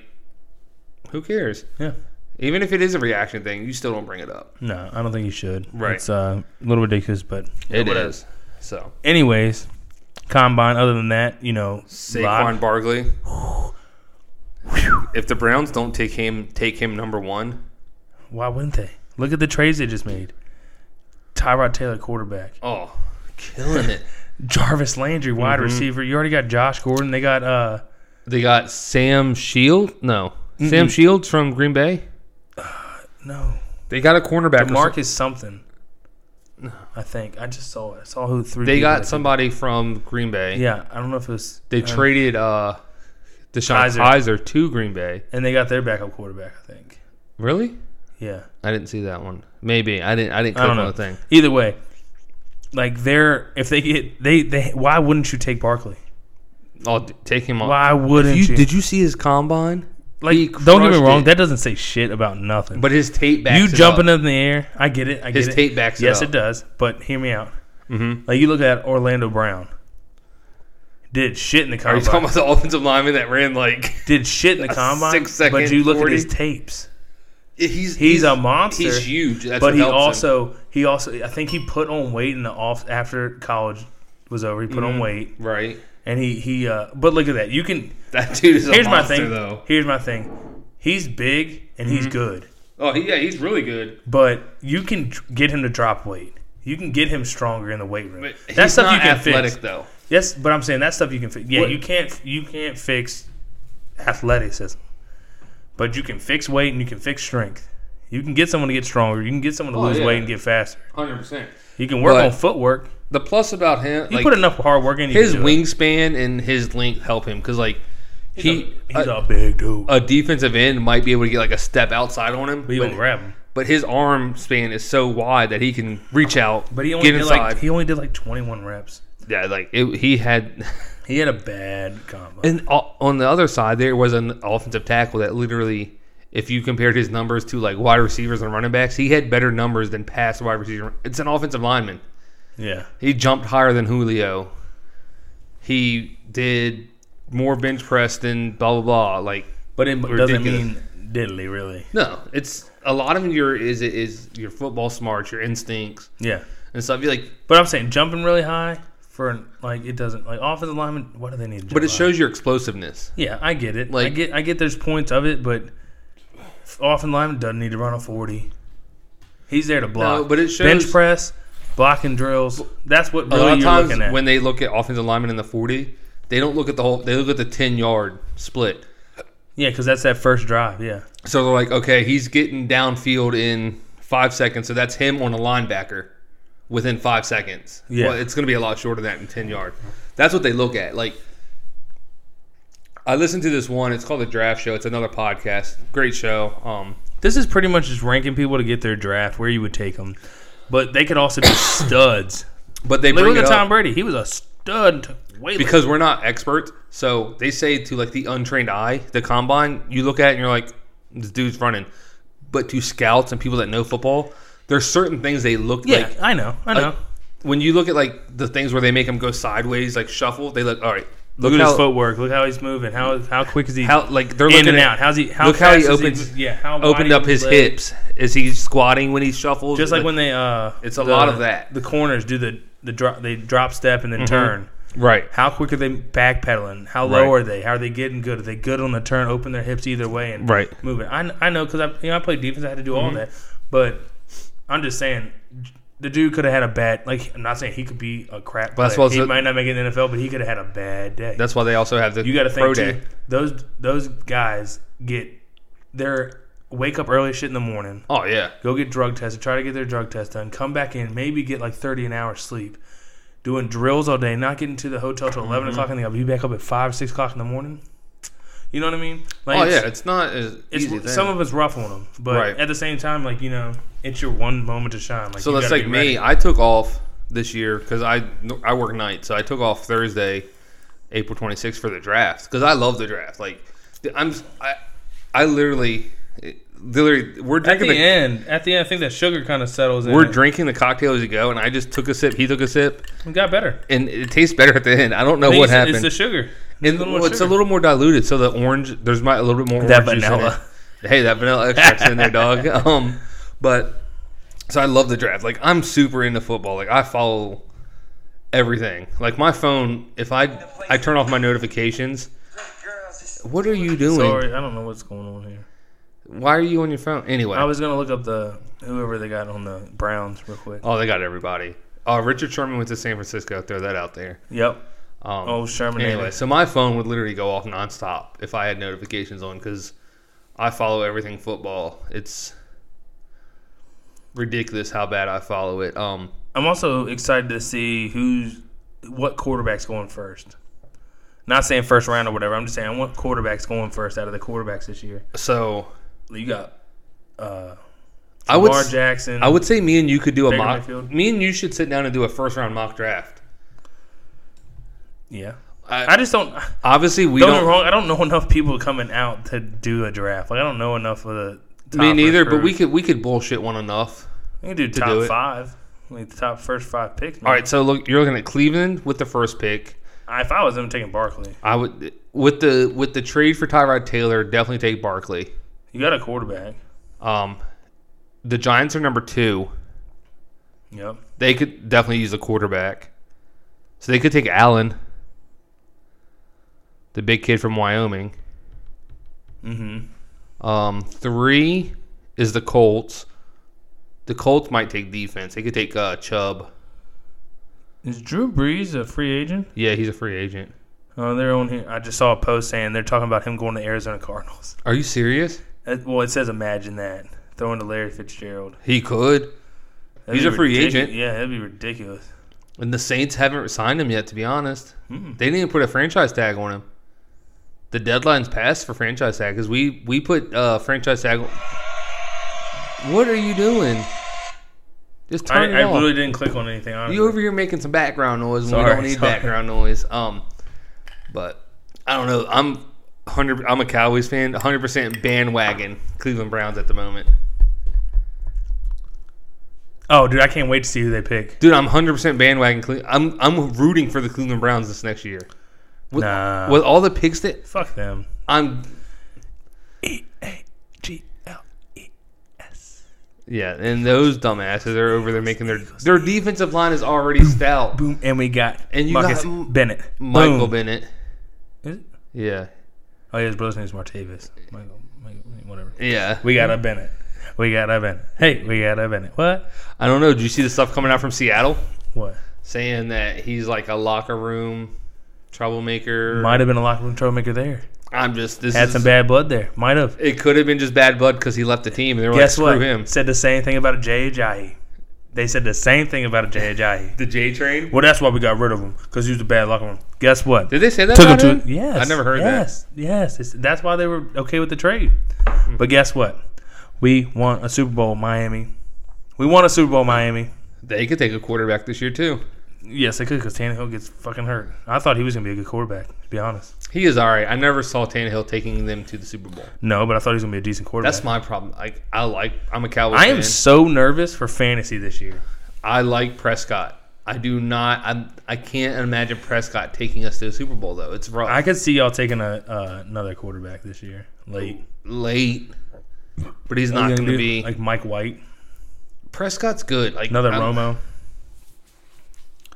Who cares? Yeah. Even if it is a reaction thing, you still don't bring it up. No, I don't think you should. Right. It's uh, a little ridiculous, but It whatever. is. So Anyways, combine. Other than that, you know, Saquon lot- Barkley. if the Browns don't take him, take him number one. Why wouldn't they? Look at the trades they just made. Tyrod Taylor, quarterback. Oh, killing it. Jarvis Landry, wide Mm-hmm. receiver. You already got Josh Gordon. They got uh they got Sam Shield. No, Sam Shields from Green Bay. no They got a cornerback. or some- Marcus something. I think I just saw it. I saw who three. They people got that- somebody from Green Bay. Yeah, I don't know if it was They uh, traded uh, Deshaun Kaiser. Kaiser. to Green Bay. and they got their backup quarterback. I think. Really? Yeah, I didn't see that one. Maybe I didn't. I didn't I click don't on know. the thing. Either way, like they're if they get they they why wouldn't you take Barkley? I'll d- take him off. Why wouldn't you? you see his combine? like he don't get me crushed wrong, it. that doesn't say shit about nothing. But his tape backs you it jumping up. up in the air, I get it. I get His it. tape backs it Yes, up. it does. But hear me out. Mhm. Like you look at Orlando Brown, did shit in the Are you combine. talking about the offensive lineman that ran like did shit in the A combine. six-second but you look 40? at his tapes. he's He's a monster. He's huge. That's but what he helps him. also he also I think he put on weight in the off after college was over. He put Mm-hmm. on weight right. and he he. Uh, but look at that. You can. That dude is a Here's my monster thing. though. Here's my thing. He's big and he's good, Oh he, yeah, he's really good. but you can tr- get him to drop weight. You can get him stronger in the weight room. But That's he's stuff not you can athletic fix. though. Yes, but I'm saying that stuff you can fix. Yeah, What- you can't you can't fix athleticism, but you can fix weight and you can fix strength. You can get someone to get stronger. You can get someone to Oh, lose yeah. weight and get faster. Hundred percent. You can work But- on footwork. The plus about him, You like put enough hard work in. You his can do wingspan and his length help him because like it. he uh, he's a, a big dude. a defensive end might be able to get like a step outside on him. But you but won't grab him. But his arm span is so wide that he can reach out, But he only get did inside. like he only did like 21 reps. yeah, like it, he had. He had a bad combo. And o- on the other side, there was an offensive tackle that literally, if you compared his numbers to like wide receivers and running backs, he had better numbers than past wide receiver. It's an offensive lineman. yeah. He jumped higher than Julio. He did more bench press than blah blah blah. Like But it doesn't Ridiculous. mean diddly really. no, it's a lot of your is is your football smarts, your instincts Yeah. and stuff. You like, But I'm saying jumping really high for an- like it doesn't like offensive lineman. What do they need? To jump but it high? shows your explosiveness. Yeah, I get it. I Like- get I get there's points of it, but offensive lineman doesn't need to run a forty. He's there to block. but it bench shows- press, blocking drills. That's what a lot really of you're times looking at. when they look at offensive linemen in the forty, they don't look at the whole. They look at the ten yard split. yeah, because that's that first drive. Yeah, So they're like, okay, he's getting downfield in five seconds, so that's him on a linebacker within five seconds. Yeah. Well, it's going to be a lot shorter than that in 10 yard. That's what they look at. Like, I listened to this one. It's called The Draft Show. It's another podcast. Great show. Um, this is pretty much just ranking people to get their draft where you would take them, but they could also be studs. but they Like, bring look it at up Tom Brady. He was a stud until way later. because we're not experts. So they say to like the untrained eye, the combine, you look at it and you're like, this dude's running. But to scouts and people that know football, there's certain things they look Yeah, like I know. I know. Like, when you look at like the things where they make him go sideways, like shuffle, they look all right. Look, look at how, his footwork. Look how he's moving. How how quick is he? how like they're in looking and at- out. How's he? How look how he fast is opens- yeah. How wide Opened up is his leg? hips. Is he squatting when he shuffles? Just like when they uh, It's a lot of that. Mm-hmm. The corners do the the drop, they drop step and then turn. right. How quick are they backpedaling? How low Right. are they? How are they getting good? Are they good on the turn? Open their hips either way and Right. Mm-hmm. move it. I, I know because I you know I played defense. I had to do all that, but I'm just saying the dude could have had a bad like. I'm not saying he could be a crap. But that's player. what I He was- might not make it in the NFL, but he could have had a bad day. That's why they also have the You got to pro think day. too, those those guys get their wake up early shit in the morning Oh yeah, go get drug tested, try to get their drug test done, come back in, maybe get like 30 an hour sleep, doing drills all day, not getting to the hotel till Mm-hmm. 11 o'clock in the I'll be back up at 5, 6 o'clock in the morning. You know what I mean? Like, oh it's- yeah. It's not as It's, easy. some Some of it's rough on them, but Right. at the same time, like, you know, it's your one moment to shine. Like, so you that's like gotta be me. ready. I took off this year because I I work night, so I took off Thursday, April 26th for the draft because I love the draft. Like I'm I I literally literally we're At drinking the end, at the end, I think that sugar kind of settles in. We're drinking the cocktail as you go, and I just took a sip. He took a sip, it got better. and it tastes better at the end. I don't know I think what it's, happened. It's the sugar. And little well, it's a sugar. little more diluted, so the orange there's my, a little bit more That orange juice in vanilla. it. Hey, that vanilla extract's in there, dog. Um, but so I love the draft. Like I'm super into football. Like I follow everything. Like my phone, if I I turn off my notifications. What are you doing? Sorry, I don't know what's going on here. Why are you on your phone? Anyway, I was gonna look up the whoever they got on the Browns real quick. oh, they got everybody. Uh, Richard Sherman went to San Francisco. Throw that out there. Yep. Um, Oh, Sherman. Anyway, so my phone would literally go off nonstop if I had notifications on because I follow everything football. It's ridiculous how bad I follow it. Um, I'm also excited to see who's what quarterback's going first. Not saying first round or whatever. I'm just saying what quarterback's going first out of the quarterbacks this year. so You got uh, I would Lamar s- Jackson. I would say me and you could do a Baker mock. Mayfield. Me and you should sit down and do a first round mock draft. yeah. I, I just don't. obviously, we Don't get me don't. wrong. I don't know enough people coming out to do a draft. Like I don't know enough of the. Top Me neither, but recruits. we could we could bullshit one enough. we can do top do it. five. Like the top first five picks. All right, so look, you're looking at Cleveland with the first pick. If I was them taking Barkley, I would with the with the trade for Tyrod Taylor definitely take Barkley. you got a quarterback. Um, the Giants are number two. Yep. They could definitely use a quarterback. So they could take Allen, the big kid from Wyoming. Mm-hmm. Um, three is the Colts. The Colts might take defense. They could take uh, Chubb. Is Drew Brees a free agent? Yeah, he's a free agent. Oh, they're on here. I just saw a post saying they're talking about him going to Arizona Cardinals. Are you serious? That- well, it says imagine that throwing to Larry Fitzgerald. He could. That'd He's be a free ridicu- agent. Yeah, that'd be ridiculous. And the Saints haven't signed him yet, to be honest. Hmm. They didn't even put a franchise tag on him. The deadline's passed for franchise tag because we, we put uh, franchise tag. What are you doing? Just I, turn it I off. really didn't click on anything. Honestly. you over here making some background noise. and we Sorry, don't need sorry. background noise. Um, but I don't know. I'm hundred. I'm a Cowboys fan. 100 percent bandwagon Cleveland Browns at the moment. oh, dude, I can't wait to see who they pick. Dude, I'm 100 percent bandwagon. Cle- I'm I'm rooting for the Cleveland Browns this next year. With, Nah. with all the picks that Fuck them. I'm. E A G L E. Yeah, and those dumbasses are over there making their their defensive line is already stout. Boom, and we got And you Marcus got M- Bennett. Michael Boom. Bennett. Is it? Yeah, Oh, yeah, his brother's name is Martavis. Michael, Michael, whatever. yeah. We got a Bennett. We got a Bennett. Hey, we got a Bennett. What? I don't know. Do you see the stuff coming out from Seattle What? saying that he's like a locker room troublemaker? Might have been a locker room troublemaker there. I'm just this Had is, some bad blood there. Might have. It could have been just bad blood because he left the team, and they were Guess like, "Screw what? him." Said the same thing about Jay Ajayi. E. They said the same thing about Jay Ajayi. The J train. E. Well, that's why we got rid of him because he was a bad locker room. Guess what? Did they say that? took him about to him? yes. I never heard that. yes, Yes, It's- that's why they were okay with the trade. Hmm. But guess what? We won a Super Bowl, Miami. We won a Super Bowl, Miami. They could take a quarterback this year too. Yes, they could because Tannehill gets fucking hurt. I thought he was gonna be a good quarterback. To be honest, He is all right. I never saw Tannehill taking them to the Super Bowl. no, but I thought he was gonna be a decent quarterback. That's my problem. Like I like I'm a Cowboys I am fan. so nervous for fantasy this year. I like Prescott. I do not. I I can't imagine Prescott taking us to the Super Bowl though. It's rough. I could see y'all taking a uh, another quarterback this year late. late, but he's not You're going to do be. Oh, like Mike White, Prescott's good. Like another I'm- Romo.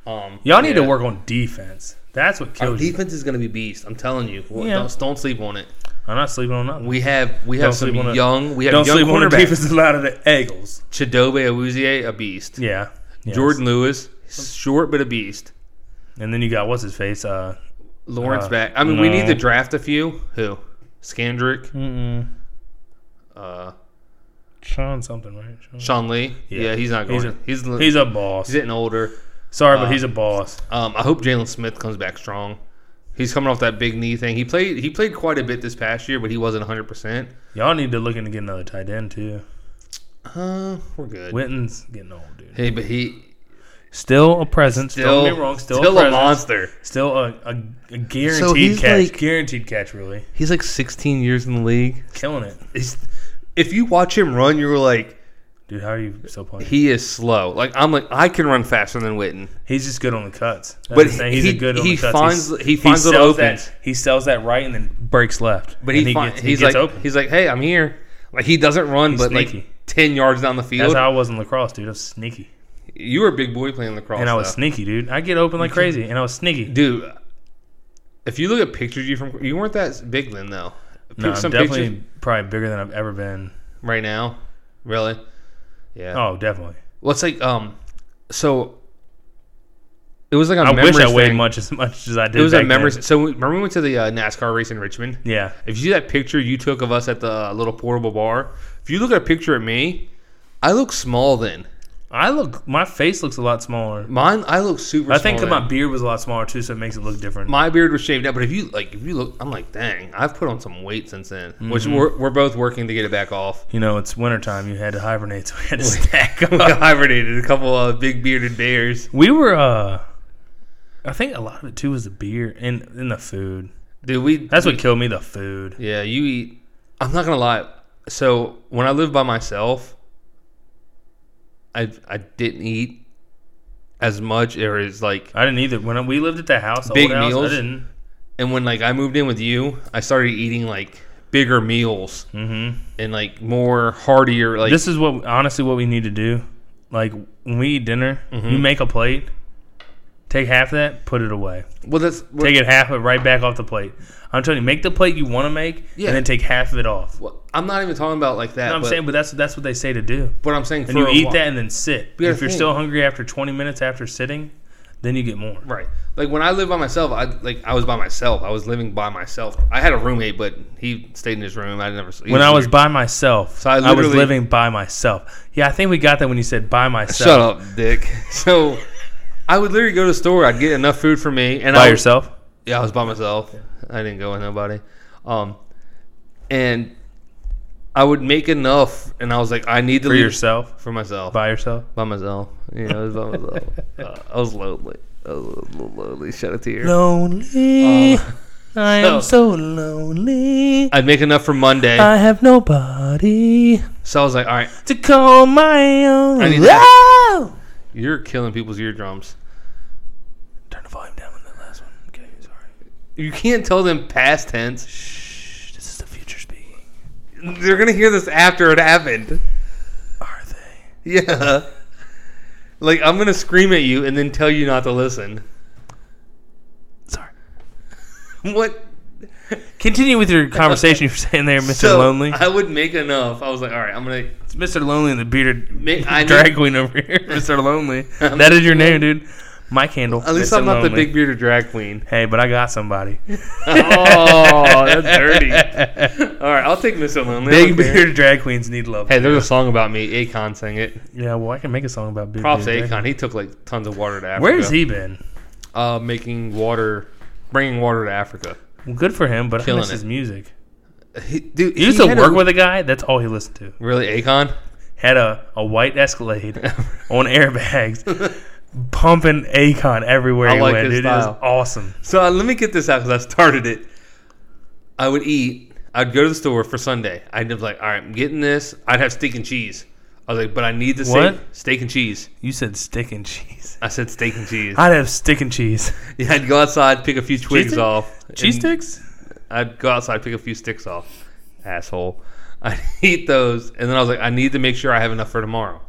Um, Y'all need to yeah. work on defense. That's what Our kills you. defense is going to be beast. I'm telling you. Well, Yeah. Don't don't sleep on it. I'm not sleeping on nothing. We have we have Don't some sleep on it. young. We have Don't young sleep on the quarterbacks. defensive line of the Eagles. Chidobe Awuzie, a beast. Yeah. Yes. Jordan Lewis, short but a beast. And then you got what's his face? Uh, Lawrence Uh, back. I mean, we need no. Mm. to draft a few. Who? Skandrick, uh, Sean something, right? Sean- Sean Lee. Yeah, Yeah. he's not going. He's He's a- he's, He's a boss. getting older. Sorry, but he's a boss. Um, I hope Jalen Smith comes back strong. He's coming off that big knee thing. He played he played quite a bit this past year, but he wasn't 100. percent Y'all need to look into getting another tight end too. Uh, we're good. Winton's getting old, dude. Hey, but he Still a presence. still Don't get me wrong. Still, still a, a presence. monster. Still a, a, a guaranteed So he's catch. like- guaranteed catch, really. He's like 16 years in the league. Killing it. He's, if you watch him run, you're like Dude, how are you so punny? he is slow. Like I'm like I can run faster than Witten. He's just good on the cuts. That's But the thing. he's he- a good on he the cuts. finds- He's- he finds little sells that- opens. he sells that right and then breaks left. But he, And fin- gets- he's gets like he's like hey I'm here. Like he doesn't run, but like sneaky. 10 yards down the field. That's how I was in lacrosse, dude. I was sneaky. you were a big boy playing lacrosse. And I was though. sneaky, dude. I get open like crazy, and I was sneaky. dude. If you look at pictures of you from, you weren't that big then though. No, I'm Some definitely pictures probably bigger than I've ever been. right now, really. Yeah. Oh, definitely. Well, it's like um, so it was like a I memory wish I weighed thing. much as much as I did. It was a back memory. then. So we- remember we went to the uh, NASCAR race in Richmond. Yeah, If you see that picture you took of us at the uh, little portable bar, if you look at a picture of me, I look small then. I look. My face looks a lot smaller. Mine, I look super. I think small that my then. beard was a lot smaller too, so it makes it look different. my beard was shaved out, but if you like, if you look, I'm like, dang, I've put on some weight since then. Mm-hmm. Which we're, we're both working to get it back off. you know, it's wintertime. You had to hibernate, so we had to stack We up. hibernated a couple of big bearded bears, We were. uh I think a lot of it too was the beer and and the food. dude. We That's what killed me. The food. Yeah, you eat. I'm not gonna lie. So when I lived by myself, I I didn't eat as much or as like. I didn't either. When we lived at the house, the Big old house, meals. I didn't. And when like I moved in with you, I started eating like bigger meals Mm-hmm. and like more heartier. Like this is what honestly what we need to do. Like when we eat dinner, Mm-hmm. you make a plate, take half of that, put it away. well, that's Take it half of it right back off the plate. I'm telling you, make the plate you want to make, Yeah. and then take half of it off. well, I'm not even talking about like that. I'm but, saying, but that's that's what they say to do. but I'm saying And for you a eat while- that and then sit. gotta If you're think. still hungry after 20 minutes after sitting, then you get more. Right. Like when I lived by myself, I like I was by myself. I was living by myself. I had a roommate, but he stayed in his room. I never. When I was by myself, So I I, was literally- living by myself. Yeah, I think we got that when you said by myself. Shut up, Dick. So I would literally go to the store. I'd get enough food for me, and I By would- yourself. Yeah, I was by myself. I didn't go with nobody. Um, and I would make enough, and I was like, I need to for leave yourself, for myself by yourself. by myself. You know, it was by myself. Uh, I was lonely. I was a little lonely. Shed a tear. Lonely, Uh, I so- am so lonely. I'd make enough for Monday, I have nobody so I was like, all right, to call my own. I need Oh! you're killing people's eardrums. Turn the volume down on that last one. Okay, sorry. You can't tell them past tense. Shh, this is the future speaking. They're gonna hear this after it happened. Are they? Yeah. Like I'm gonna scream at you and then tell you not to listen. Sorry. What? Continue with your conversation you were saying there, Mr. So, Lonely. I would make enough. I was like, all right, I'm gonna. It's Mr. Lonely and the bearded Ma- I drag need- queen over here. Mr. Lonely. that is your name, dude. My candle. At least Mr. I'm not the Lonely. big bearded drag queen. Hey, but I got somebody. oh, that's dirty. All right, I'll take Mr. Lonely. I Big don't care. bearded drag queens need love. Hey, there's a song about me. Akon sang it. Yeah, well, I can make a song about big Props to bearded drag Akon. He took like tons of water to Africa. queens. Where's he been? Uh, making water, bringing water to Africa. Well, good for him, but Killing I miss it. his music. He, dude, He used to work with a guy. That's all he listened to. Really, Akon? Had a, a white Escalade on airbags, pumping Akon everywhere I he like went. his Dude, It was style. awesome. So uh, let me get this out because I started it. I would eat. I'd go to the store for Sunday. I'd be like, all right, I'm getting this. I'd have steak and cheese. I was like, but I need the steak, What? steak and cheese. You said stick and cheese. I said steak and cheese. I'd have stick and cheese. yeah, I'd go outside, pick a few twigs stick- off. Cheese and sticks? I'd go outside, pick a few sticks off. Asshole. I'd eat those. And then I was like, I need to make sure I have enough for tomorrow.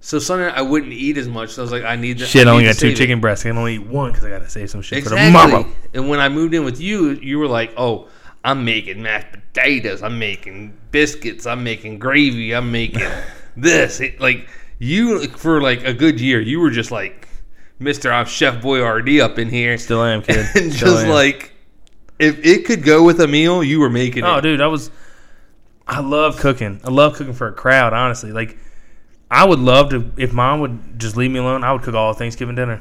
So Sunday, I wouldn't eat as much. So I was like, I need to. Shit, I I only need to got two save it. chicken breasts. I can only eat one because I got to save some shit for Exactly. tomorrow. And when I moved in with you, you were like, "Oh, I'm making mashed potatoes. I'm making biscuits. I'm making gravy. I'm making this." It, like you for like a good year, you were just like, "Mister, I'm Chef Boyardee up in here," Still am, kid. and Still just am. like if it could go with a meal, you were making Oh, it. dude, I was. I love cooking. I love cooking for a crowd. Honestly, like, I would love to. If mom would just leave me alone, I would cook all Thanksgiving dinner,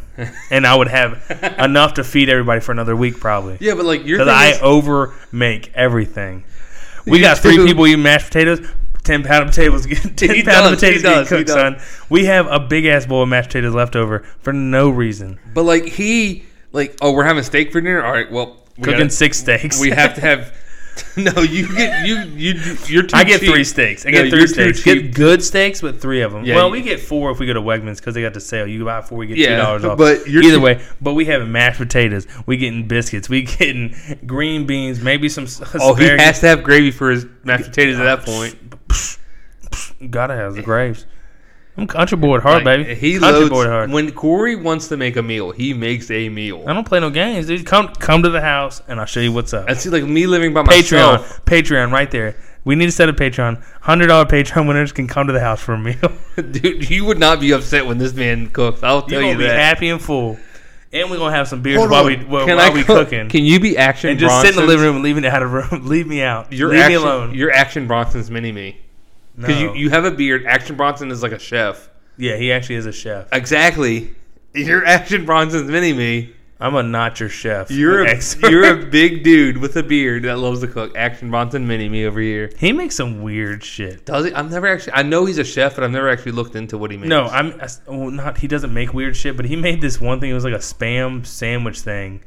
and I would have enough to feed everybody for another week, probably. Yeah, but like your Because thing I is- over make everything. We You got three do. people eating mashed potatoes. Ten pound of potatoes, get- ten He pound of does, he potatoes getting does, he cooked, son. We have a big ass bowl of mashed potatoes left over for no reason. but like he like, "Oh, we're having steak for dinner." All right, well, we Cooking gotta- six steaks. we have to have. No, you get you you you're too I get cheap. three steaks. I No, get three you're too steaks. cheap. Get good steaks, but three of them. Yeah, well, you- we get four if we go to Wegmans because they got the sale. You buy four, we get Yeah, two dollars off. but you're either too- way, but we having mashed potatoes. We getting biscuits. We getting green beans. Maybe some s- Oh, he asparagus. has to have gravy for his mashed potatoes at that point. Gotta have the graves. I'm country board hard, Like, baby. He country loads board hard. when Corey wants to make a meal. He makes a meal. I don't play no games, dude. Come come to the house and I'll show you what's up. That's like me living by Patreon, myself. Patreon, right there. We need to set a Patreon. Hundred dollar Patreon winners can come to the house for a meal. dude. You would not be upset when this man cooks. I'll You're tell gonna you be that. happy and full, and we're gonna have some beers while we while, Can while I we cook? cooking, Can you be action and just sit in the Bronson's- living room and leave me out of room. Leave me out. You're leave action, me alone. You're action Bronson's mini me No. because you, you have a beard. Action Bronson is like a chef. yeah, he actually is a chef. Exactly. You're action Bronson's mini me. I'm a not your chef. You're a, expert. you're a big dude with a beard that loves to cook. Action Bronson mini me over here. he makes some weird shit. Does he? I've never actually. I know he's a chef, but I've never actually looked into what he makes. No, I'm I s- well, not. He doesn't make weird shit, but he made this one thing. It was like a spam sandwich thing,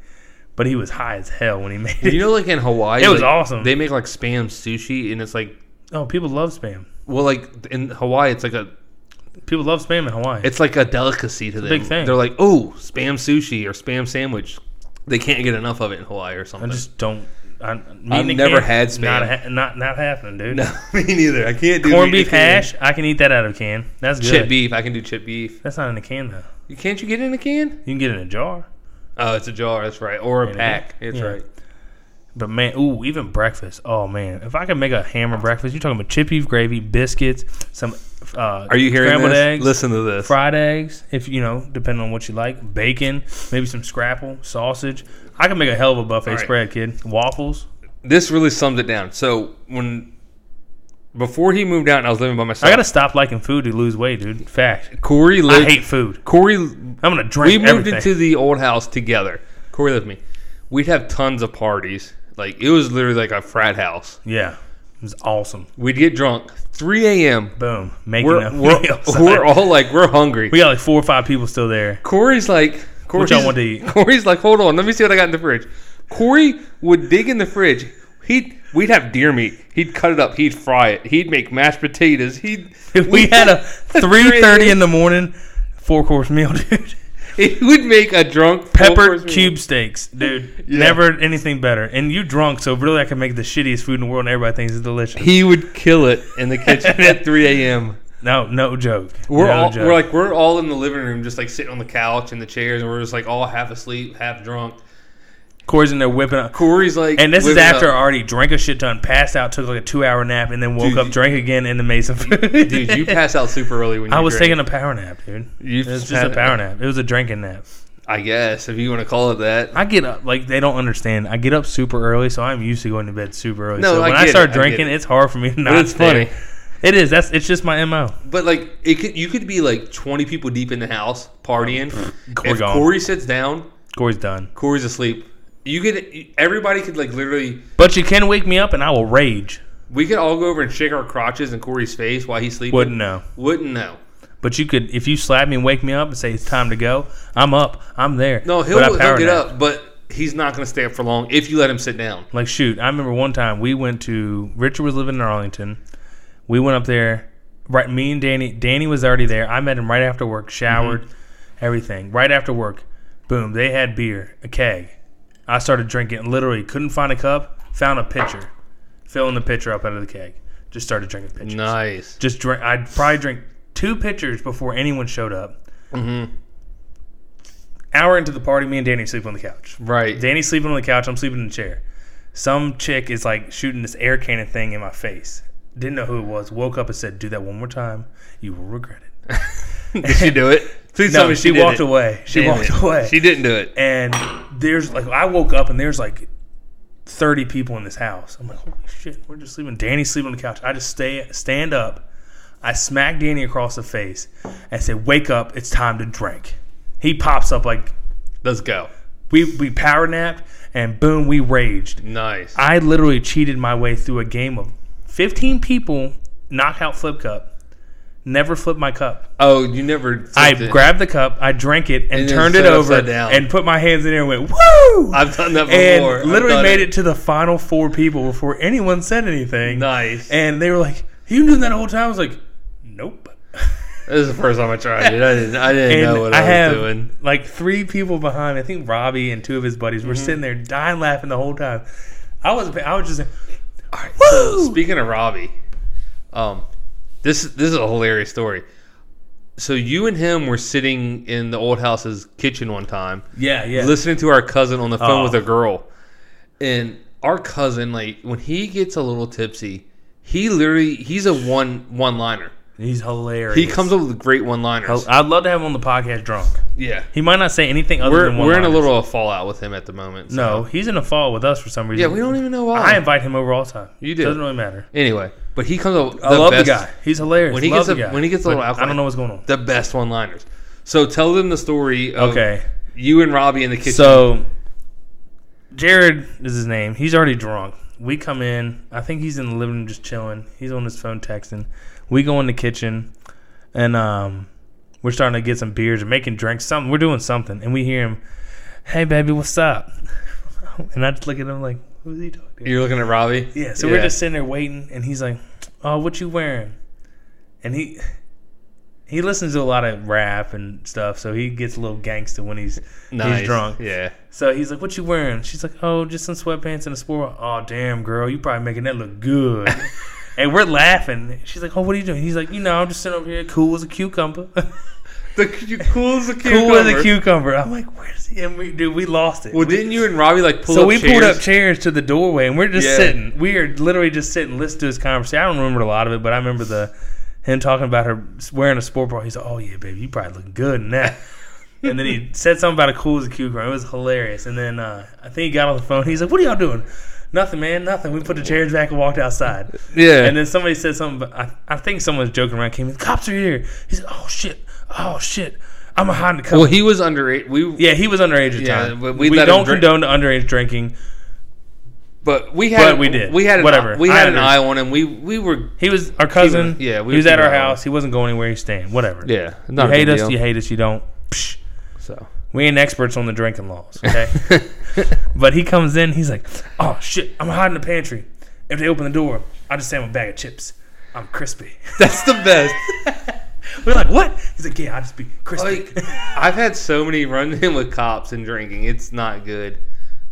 but he was high as hell when he made it. you know, like in Hawaii, It was like, awesome. They make like spam sushi, and it's like, oh, people love spam. well, like in Hawaii, it's like a, People love spam in Hawaii. it's like a delicacy to them. big thing. They're like, oh, spam sushi or spam sandwich. They can't get enough of it in Hawaii or I something. just don't. I, me I've and the never kid, had spam. Not, ha- not not happening, dude. no, me neither. I can't do Corned meat beef in a can. hash, I can eat that out of a can. That's good. chip beef. I can do chip beef. That's not in a can though. You can't you get it in a can? You can get it in a jar. Oh, it's a jar. That's right, or a a pack. That's Yeah. right. But man, ooh, even breakfast. Oh man, if I could make a hammer breakfast, you're talking about chip beef gravy, biscuits, some. Uh, Are you hearing scrambled this? eggs, Listen to this. fried eggs? If you know, depending on what you like, bacon, maybe some scrapple, sausage. I can make a hell of a buffet right. spread, kid. Waffles. This really sums it down. So when before he moved out, and I was living by myself. I gotta stop liking food to lose weight, dude. Fact. Corey I lived. hate food. Corey I'm gonna drink. we moved everything. into the old house together. Corey lived with me. We'd have tons of parties. Like it was literally like a frat house. Yeah. was awesome. We'd get drunk 3 a.m. Boom. Making We're up we're, meals. we're all like we're hungry. we got like four or five people still there. Corey's like Corey's, y'all want to eat? Corey's like, hold on, let me see what I got in the fridge. Corey would dig in the fridge. He'd we'd have deer meat. He'd cut it up. He'd fry it. He'd make mashed potatoes. He'd We had a three thirty in the the morning, four course meal, dude. he would make a drunk Pepper full-course meal. cube steaks, dude. Yeah. Never anything better. And you drunk, so really I can make the shittiest food in the world, and everybody thinks it's delicious. He would kill it in the kitchen at 3 a.m. No, no joke. We're No all joke. we're like we're all in the living room, just like sitting on the couch and the chairs, and we're just like all half asleep, half drunk. Corey's in there whipping up. Corey's like, And this is whipping after up. I already drank a shit ton, passed out, took like a two hour nap, and then woke Dude, up, you- drank again, and then made some food. dude, you pass out super early when you I was drink. taking a power nap, dude. You It was just a had- power nap. It was a drinking nap. I guess if you want to call it that. I get up like they don't understand. I get up super early, so I'm used to going to bed super early. No, so I when get I it, start I get drinking, it. it's hard for me to not. But it's stay. funny. It is. That's it's just my mo. But like it could you could be like twenty people deep in the house partying. Mm-hmm. Corey if gone. Corey sits down, Corey's done, Corey's asleep. You could everybody could like literally but you can wake me up and I will rage. we could all go over and shake our crotches in Corey's face while he's sleeping. Wouldn't know. Wouldn't know. But you could if you slap me and wake me up and say it's time to go. I'm up. I'm there. No, he'll, But I he'll power get nap. up, but he's not going to stay up for long if you let him sit down. Like shoot, I remember one time we went to Richard was living in Arlington. We went up there. Right, me and Danny. Danny was already there. I met him right after work, showered, everything. Right after work, boom, they had beer, a keg. I started drinking. Literally, couldn't find a cup. Found a pitcher, filling the pitcher up out of the keg. Just started drinking pitchers. Nice. Just drink. I'd probably drink two pitchers before anyone showed up. Mhm. Hour into the party, me and Danny sleep on the couch. Right. Danny's sleeping on the couch. I'm sleeping in the chair. Some chick is like shooting this air cannon thing in my face. Didn't know who it was. Woke up and said, "Do that one more time. You will regret it." did she do it? Please tell No, me she, she, did walked it. away. She Damn walked it. away. She didn't do it. and there's like I woke up and there's like thirty people in this house. I'm like, holy shit, we're just sleeping. Danny's sleeping on the couch. I just stay stand up. I smack Danny across the face and say, "Wake up! It's time to drink." He pops up like Let's go. we we power napped and boom, we raged. Nice. I literally cheated my way through a game of 15 people, knockout flip cup. Never flipped my cup. oh, you never. I flipped it. grabbed the cup, I drank it, and, And then turned it set over, upside down. and put my hands in there and went, woo! I've done that and before. I've literally done made it. to the final four people before anyone said anything. Nice. And they were like, you knew that the whole time? I was like, nope. This is the first time I tried it. I didn't. I didn't And know what I, I, was have doing. like three people behind. me. I think Robbie and two of his buddies were Mm-hmm. sitting there dying laughing the whole time. I was I was just All right. So Woo! speaking of Robbie, um, this this is a hilarious story. So you and him were sitting in the old house's kitchen one time, yeah yeah. listening to our cousin on the phone Oh. with a girl, and our cousin like when he gets a little tipsy, he literally he's a one one liner. He's hilarious. Oh, He comes up with great one liners. I'd love to have him on the podcast drunk. Yeah. He might not say anything other We're, than one. we're in a little fallout with him at the moment. so- No, he's in a fall with us for some reason. Yeah, we don't even know why. I invite him over all the time. You do. Doesn't really matter. Anyway, but he comes up. with I love best- the guy. He's hilarious. When he Love gets the a- guy. when he gets a little But alcohol- I don't know what's going on. the best one liners. So tell them the story of Okay. you and Robbie in the kitchen. So Jared is his name. He's already drunk. We come in. I think he's in the living room just chilling. He's on his phone texting. We go in the kitchen and um we're starting to get some beers or making drinks, something. We're doing something. And we hear him, Hey baby, what's up? And I just look at him like, Who's he talking to? You're looking at Robbie? Yeah, so we're just sitting there waiting, and he's like, "Oh, what you wearing?" And he he listens to a lot of rap and stuff, so he gets a little gangster when he's Nice. he's drunk. Yeah. So he's like, "What you wearing?" She's like, "Oh, just some sweatpants and a sport." Oh, damn, girl, you probably making that look good. and we're laughing. She's like, "Oh, what are you doing?" He's like, "You know, I'm just sitting over here, cool as a cucumber, The, you cool as a cucumber. cool as a cucumber." I'm like, "Where's he?" And we, dude, we lost it. Well, We- didn't you and Robbie like pull so up we chairs? pulled up chairs to the doorway, and we're just Yeah. sitting. We are literally just sitting, listening to his conversation. I don't remember a lot of it, but I remember the him talking about her wearing a sport bra. He's like, "Oh yeah, baby, you probably look good in that." and then he said something about a cool as a cucumber. It was hilarious. And then uh, I think he got on the phone. He's like, "What are y'all doing?" Nothing, man. Nothing. We put the chairs back and walked outside. Yeah. And then somebody said something. But I, I think someone was joking around. Came in. Cops are here. He said, "Oh shit. Oh shit. I'm a hide in the cover." well, he was underage. We Yeah, he was underage at the Yeah, time. but we we let him don't drink- condone to underage drinking. But we had But we did. we had an, Whatever. we I had an understand. eye on him. We we were He was our cousin. yeah, we he was were at our together. house. He wasn't going anywhere. He's staying. Whatever. yeah. You Not a hate big us, deal. you hate us, you don't. Psh, So we ain't experts on the drinking laws, okay? but he comes in, he's like, "Oh shit, I'm hiding in the pantry. If they open the door, I just have a bag of chips. I'm crispy." that's the best. We're like, "What?" He's like, "Yeah, I just be crispy." Like I've had so many run in with cops and drinking. It's not good.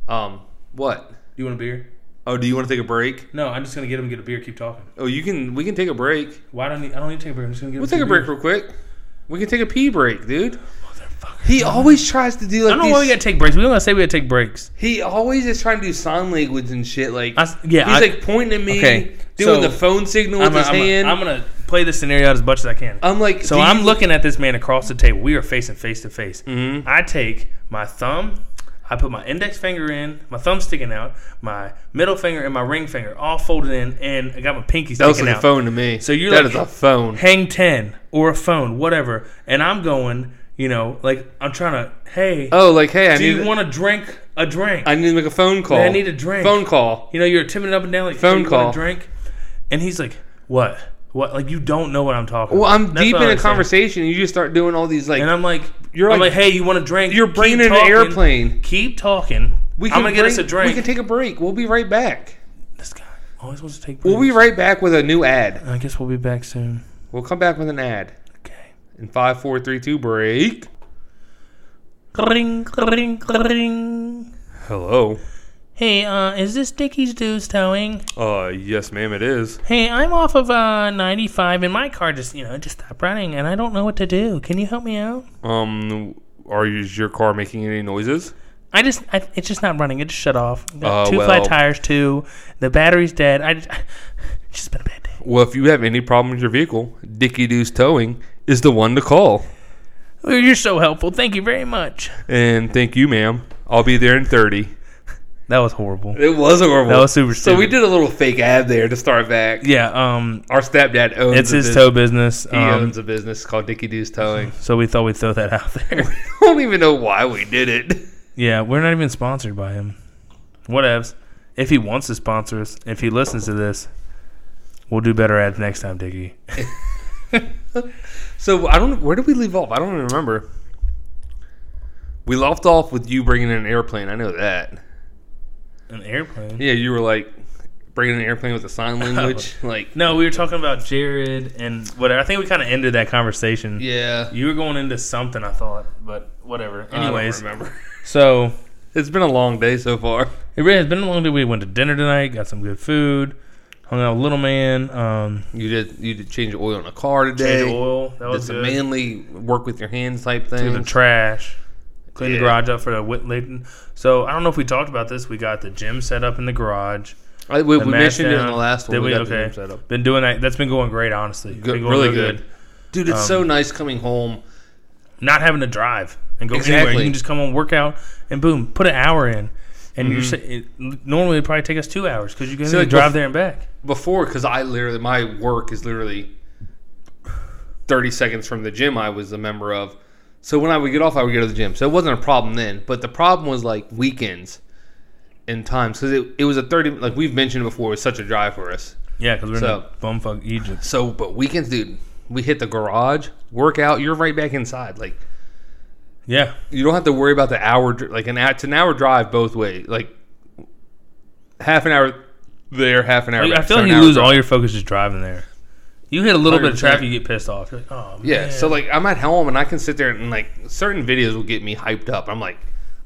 Um, what? you want a beer? Oh, do you want to take a break? No, I'm just gonna get him and get a beer. Keep talking. Oh, you can. We can take a break. Why don't you, I don't need to take a break? I'm just gonna get We'll take a break real quick. We can take a pee break, dude. Motherfucker. He always tries to do like I don't know these- why we gotta take breaks. We don't gotta say we gotta take breaks. He always is trying to do sign language and shit. Like I s- yeah, he's I- like pointing at me, Okay, doing so the phone signal with I'm, his gonna- I'm, hand. gonna- I'm, I'm gonna play this scenario out as much as I can. like, So do I'm you- looking at this man across the table. We are facing face to face. Mm-hmm. I take my thumb, I put my index finger in, my thumb sticking out, my middle finger and my ring finger all folded in, and I got my pinky That looks sticking like a out. phone to me. So you're that like- is a phone. Hang ten or a phone, whatever. And I'm going, you know, like I'm trying to. Hey, Oh, like hey, I do need you want to drink a drink? I need to make a phone call. I need a drink. Phone call. you know, you're timid up and down, like Phone "Hey, you want call. a drink. And he's like, what? What? Like you don't know what I'm talking. Well, about. I'm That's deep what in a I understand. conversation, and you just start doing all these like. And I'm like, You're you're I'm like- like, hey, you want a drink? you're Keep bringing an talking. airplane. Keep talking. we I'm gonna get us bring- a drink. We can take a break. We'll be right back. this guy always wants to take. We'll be breaks. right back with a new ad. I guess we'll be back soon. We'll come back with an ad Okay. in five, four, three, two. Break. Ring, ring, ring. Hello. Hey, uh, is this Dickie's Dudes towing? Uh, yes, ma'am. It is. Hey, I'm off of uh 95, and my car just, you know, just stopped running, and I don't know what to do. Can you help me out? Um, are is your car making any noises? I just, I, it's just not running. It just shut off. Got Uh, two flat well- tires, too. The battery's dead. I just, it's just been a bad day. Well, if you have any problem with your vehicle, Dicky Doo's Towing is the one to call. Well, You're so helpful. Thank you very much. And thank you, ma'am. I'll be there in thirty. That was horrible. It was horrible. That was super So we stupid. did a little fake ad there to start back. Yeah, um, Our stepdad owns. it's a his bus- tow business. He Um, owns a business called Dicky Doo's Towing. so we thought we'd throw that out there. I don't even know why we did it. yeah, we're not even sponsored by him. Whatevs. If he wants to sponsor us, if he listens to this, we'll do better ads next time, Diggy. So I don't. Where did we leave off? I don't even remember. We left off with you bringing in an airplane. I know that. An airplane. Yeah, you were like bringing an airplane with a sign language. like, No, we were talking about Jared and whatever. I think we kind of ended that conversation. yeah. You were going into something, I thought, but whatever. I Anyways, don't remember. so It's been a long day so far. it really has been a long day. We went to dinner tonight, got some good food, hung out with Little Man. Um, You did you did change the oil on a car today. Change the oil. That Did was some good. manly work with your hands type Through the thing. trash. Clean Yeah. the garage up for the Whit Layton. So I don't know if we talked about this. We got the gym set up in the garage. I- we The we mat mentioned it in down. the last one. Did we, we? got the okay. room set up. Been doing that. That's been going great, honestly. Good, Been going really real good. Um, Dude, it's so nice coming home. Not having to drive and go anywhere. Exactly. You can just come on, work out, and boom, put an hour in. And you're sa- it, normally it'd probably take us two hours because you can Mm-hmm. So, only like, drive bef- there and back. Before, because I literally my work is literally thirty seconds from the gym I was a member of. So when I would get off, I would go to the gym. So it wasn't a problem then. But the problem was like weekends and times because it, it was a thirty like we've mentioned before. It was such a drive for us. Yeah, because we're So- in the bumfuck Egypt. So, but weekends, dude, we hit the garage, work out, you're right back inside. Like, Yeah, you don't have to worry about the hour, dr- like, an hour, it's an hour drive both ways. Like, half an hour there, half an hour I back. feel So like an you hour lose drive. all your focus just driving there. You hit a little bit of 100%. traffic, you get pissed off. You're like, oh man. Yeah. So, like, I'm at home and I can sit there and, like, certain videos will get me hyped up. I'm like,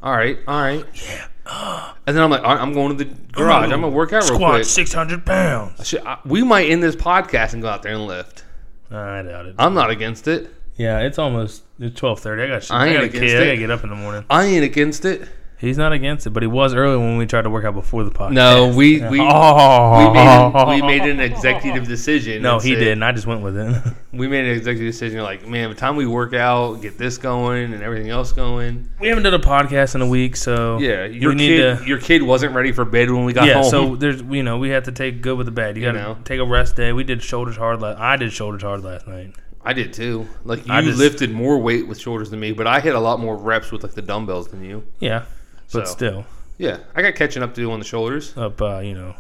all right, all right. Yeah. And then I'm like, all right, I'm going to the garage. I'm going to work out real Squat quick. six hundred pounds. Shit, I- we might end this podcast and go out there and lift. I doubt it. I'm not against it. Yeah, it's almost it's twelve thirty. I got shit. I I, ain't got a against kid. I it. gotta get up in the morning. I ain't against it. He's not against it, but he was early when we tried to work out before the podcast. No, we, we, oh, we made, we made an executive decision. no, and he said- didn't. I just went with it. We made an executive decision like, man, by the time we work out, get this going and everything else going. we haven't done a podcast in a week, so Yeah, your kid, we need to. your kid wasn't ready for bed when we got Yeah, home. so there's you know we have to take good with the bad. You gotta know. take a rest day. We did shoulders hard. La- I did shoulders hard last night. I did too. Like you I just- lifted more weight with shoulders than me, but I hit a lot more reps with like the dumbbells than you. Yeah, but So. still, Yeah, I got catching up to do on the shoulders. Up, uh, you know,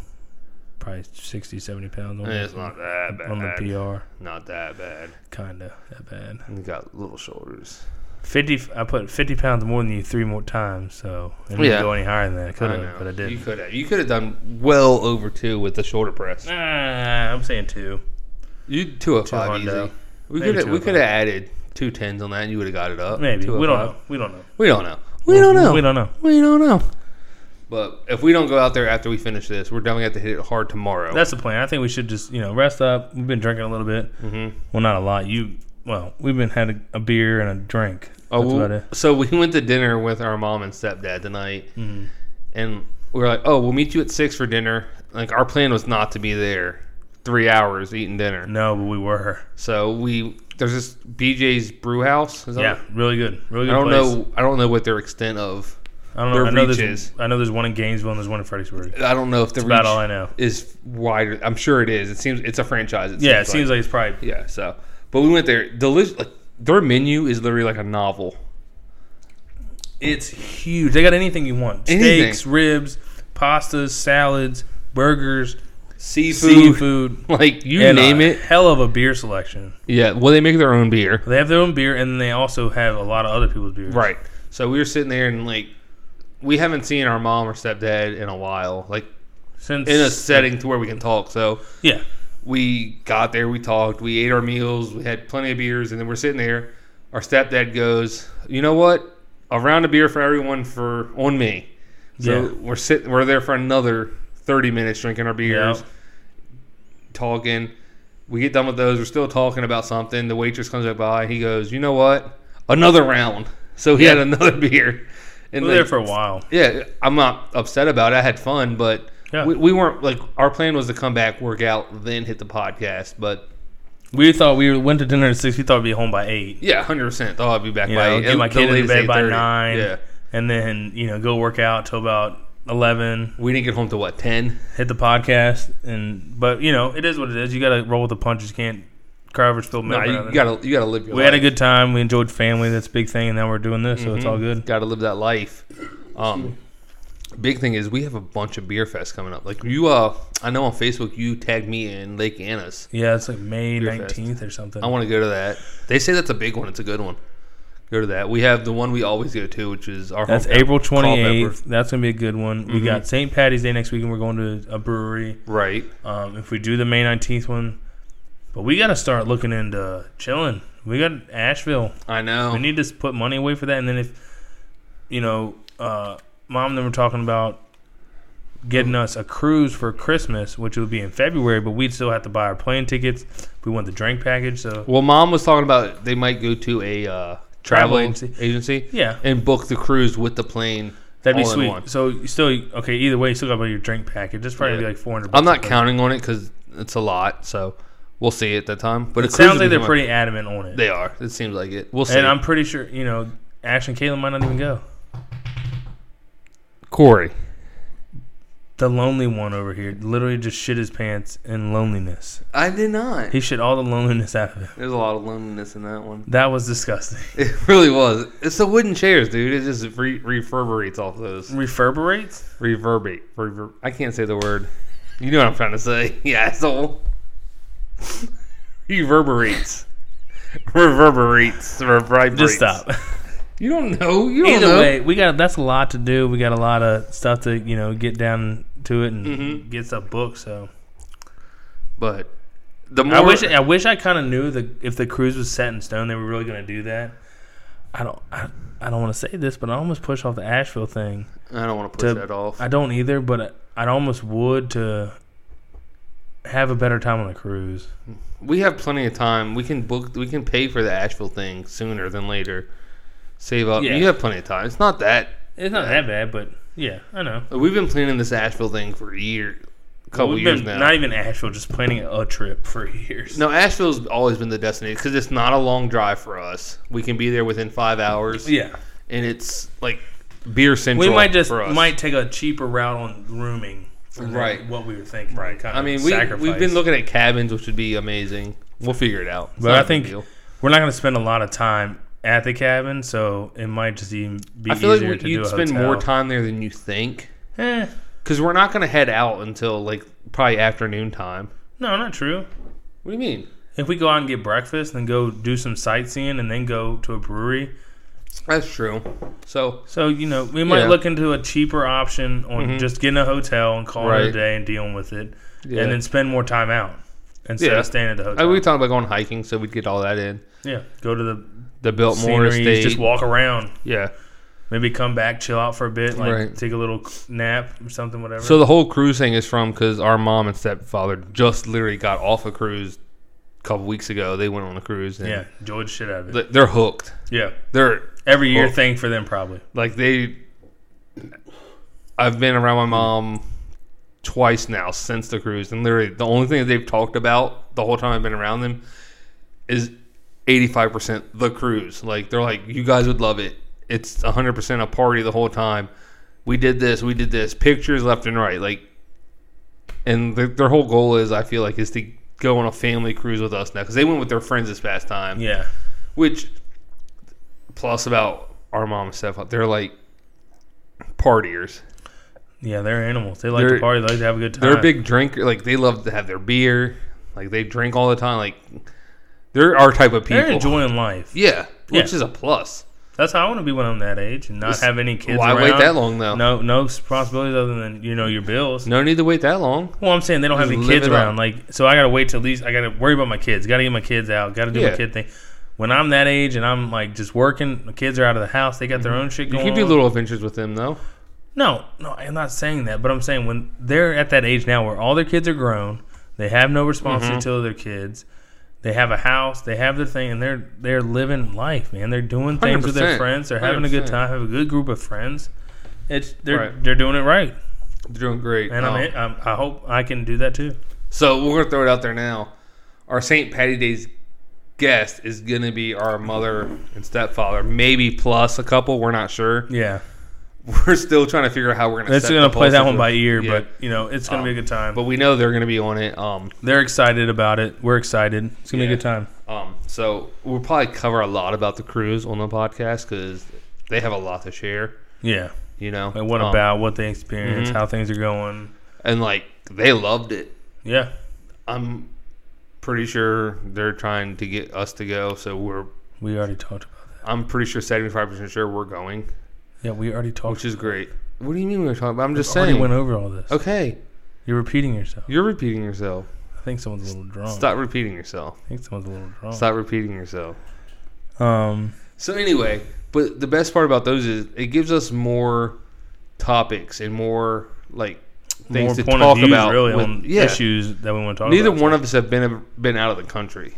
probably 60, 70 pounds on, Eh, It's the, not that bad. on the PR. Not that bad. Kind of that bad. You got little shoulders. 50, I put 50 pounds more than you three more times, so I didn't Yeah. go any higher than that. I could I know. have, but I You didn't. could have. You could have done well over two with the shoulder press. Nah, Ah, I'm saying two. You two of five easy. Two hundo. We Maybe could have two we of could have added two tens on that, and you would have got it up. Maybe. Two of We don't five. know. We don't know. We don't know. We don't know. We don't know. We don't know. But if we don't go out there after we finish this, we're definitely going to have to hit it hard tomorrow. That's the plan. I think we should just, you know, rest up. We've been drinking a little bit. mm-hmm. Well, not a lot. You, well, we've been had a, a beer and a drink. oh, That's well, about it. so we went to dinner with our mom and stepdad tonight, Mhm. and we were like, "Oh, we'll meet you at six for dinner." Like our plan was not to be there three hours eating dinner. No, but we were. So we there's this BJ's Brew House. Is that Yeah, really good. Really I good. don't place. know. I don't know what their extent of. I don't know. their I know, reach there's, is. I know there's one in Gainesville and there's one in Fredericksburg. I don't know if the About reach all I know. is wider. I'm sure it is. It seems it's a franchise. Yeah, it seems like it's probably Yeah, so but we went there. Delish like their menu is literally like a novel. It's huge. They got anything you want: Anything. steaks, ribs, pastas, salads, burgers, Seafood, seafood. like you and uh, name a it. Hell of a beer selection. Yeah, well they make their own beer. They have their own beer, and they also have a lot of other people's beers. Right. So we were sitting there and like we haven't seen our mom or stepdad in a while, like Since in a setting to where we can talk. So yeah, we got there, we talked, we ate our meals, we had plenty of beers, and then we're sitting there. Our stepdad goes, "You know what? A round of beer for everyone for on me." So Yeah. we're sitting, we're there for another thirty minutes drinking our beers, Yep. talking. We get done with those. We're still talking about something. The waitress comes up by. He goes, "You know what? Another round." So he had Yeah. another beer. And we were there they- for a while. yeah, I'm not upset about it. I had fun, but Yeah. we, we weren't like our plan was to come back, work out, then hit the podcast. But We thought we went to dinner at six. We thought we'd be home by eight. yeah, 100. percent Oh, I'll be back You by know, eight. get my The kid in latest bed by 8:30. nine. Yeah, and then you know go work out till about eleven. we didn't get home till what 10. hit the podcast and but you know it is what it is you gotta roll with the punches you can't cry over spilled No, milk or you nothing. gotta you gotta live your. we life. had a good time we enjoyed family that's a big thing and now we're doing this so it's Mm-hmm. all good Gotta live that life. Um, big thing is we have a bunch of beer fests coming up. Like you, uh, I know on Facebook you tagged me in Lake Anna's. yeah it's like may Beer fest. 19th or something I want to go to that. They say that's a big one. It's a good one. Go to that. We have the one we always go to, which is our that's hometown, april Culpeper. 28th that's gonna be a good one we got Mm-hmm. st patty's day next week and we're going to a brewery Right. um, if we do the may 19th one but we gotta start looking into chilling we got asheville I know. We need to s- put money away for that, and then if you know, uh, mom and them were talking about getting us a cruise for Christmas, which would be in February, but we'd still have to buy our plane tickets. We want the drink package, so well, mom was talking about they might go to a uh, travel Travel agency. yeah, and book the cruise with the plane. that'd be all in sweet. one. So you still okay. Either way, you still got to buy your drink package. That's probably Yeah. gonna be like four hundred. I'm not counting on it because it's a lot. So we'll see at that time. But a It cruise sounds would like be they're fun. pretty adamant on it, They are. It seems like it. We'll see. and I'm pretty sure you know Ash and Caitlin might not even go. Corey. The lonely one over here literally just shit his pants in loneliness. I did not. He shit all the loneliness out of him. There's a lot of loneliness in that one. That was disgusting. It really was. It's the wooden chairs, dude. It just re- reverberates off those. Reverberates? Reverberate. Rever- I can't say the word. You know what I'm trying to say, you asshole. Reverberates. Reverberates. Reverberates. Just stop. You don't know. You don't Either know. way, we got that's a lot to do. We got a lot of stuff to you know get down to it and Mhm. get stuff booked. So But the more I wish I wish I kind of knew the if the cruise was set in stone, they were really going to do that. I don't I, I don't want to say this, but I almost push off the Asheville thing. I don't want to push to- that off. I don't either, but I, I'd almost would to have a better time on a cruise. we have plenty of time. We can book. We can pay for the Asheville thing sooner than later. Save up. Yeah. You have plenty of time. It's not that. It's not that bad, but yeah, I know. We've been planning this Asheville thing for a year, a couple We've years been now. not even Asheville, just planning a trip for years. no, Asheville's always been the destination because it's not a long drive for us. We can be there within five hours, Yeah. and it's like beer central. we might just for us. might take a cheaper route on rooming than Right. what we were thinking right I mean, we we've been looking at cabins, which would be amazing. We'll figure it out. It's But not I a big think- deal. we're not going to spend a lot of time at the cabin, so it might just even be I feel easier like to we- do you'd a spend hotel. more time there than you think. Eh, Because we're not going to head out until like probably afternoon time. no, not true. What do you mean? If we go out and get breakfast, then go do some sightseeing, and then go to a brewery. That's true. So So you know, we might Yeah. Mm-hmm. look into a cheaper option on just getting a hotel and calling it a Right. day and dealing with it, Yeah. and then spend more time out instead Yeah. of staying at the hotel. I, we talked about going hiking, so we'd get all that in. yeah, go to the The Biltmore scenery, Estate. just walk around, yeah. maybe come back, chill out for a bit, like Right. take a little nap or something, whatever. So the whole cruise thing is from because our mom and stepfather just literally got off a cruise a couple weeks ago. They went on a cruise. And yeah, enjoy the shit out of it. th- They're hooked. yeah, They're every year Well- thing for them probably. like they. I've been around my mom twice now since the cruise, and literally the only thing that they've talked about the whole time I've been around them is eighty-five percent the cruise. Like they're like, you guys would love it. It's hundred percent a party the whole time. We did this, we did this. Pictures left and right, like, and their their whole goal is, I feel like, is to go on a family cruise with us now because they went with their friends this past time Yeah, which plus about our mom and stuff they're like partiers yeah, they're animals. They like to They're- party. They like to have a good time. they're a big drinker like they love to have their beer like they drink all the time like they're our type of people They're enjoying life. yeah which Yeah. is a plus That's how I want to be when I'm that age and not Just- have any kids. why around. wait that long though no. No, no responsibilities other than you know your bills. need to wait that long Well, I'm saying they don't have Just any live kids it up. around. Like, so I gotta wait till at least I gotta worry about my kids. Gotta get my kids out. Gotta do Yeah. my kid thing. When I'm that age and I'm like just working, my kids are out of the house. They got their own shit Mm-hmm. you going. can do on. little adventures with them though No, no, I'm not saying that, but I'm saying when they're at that age now where all their kids are grown, they have no responsibility Mm-hmm. to their kids. They have a house, they have their thing, and they're they're living life, man. They're doing things with their 100%, friends. They're having a good 100%. time. Have a good group of friends. It's they're Right. they're doing it right, they're doing great and Um, I'm, I'm I hope I can do that too. so we're gonna throw it out there now our st patty day's guest is gonna be our mother and stepfather maybe plus a couple we're not sure Yeah, we're still trying to figure out how we're gonna. that's set gonna the play that pulses one with- by ear, yeah. Um, but you know it's gonna be a good time. but we know they're gonna be on it. Um, they're excited about it. We're excited. It's gonna be Yeah. a good time. um. So we'll probably cover a lot about the cruise on the podcast because they have a lot to share. Yeah, You know, and what Um, mm-hmm. about what they experience, how things are going. and like they loved it. Yeah, I'm pretty sure they're trying to get us to go. So we're. we already talked about. I'm pretty sure 75 percent sure we're going, Yeah, we already talked. which is great. What do you mean we were talking about? I'm just already saying. went over all this. Okay, You're repeating yourself. you're repeating yourself. I think someone's a little drunk. Stop repeating yourself. I think someone's a little drunk. Stop repeating yourself. Um, So anyway, but the best part about those is it gives us more topics and more like more things to point talk of views about. really with- on yeah. issues that we want to talk Neither about. one of us have been been out of the country,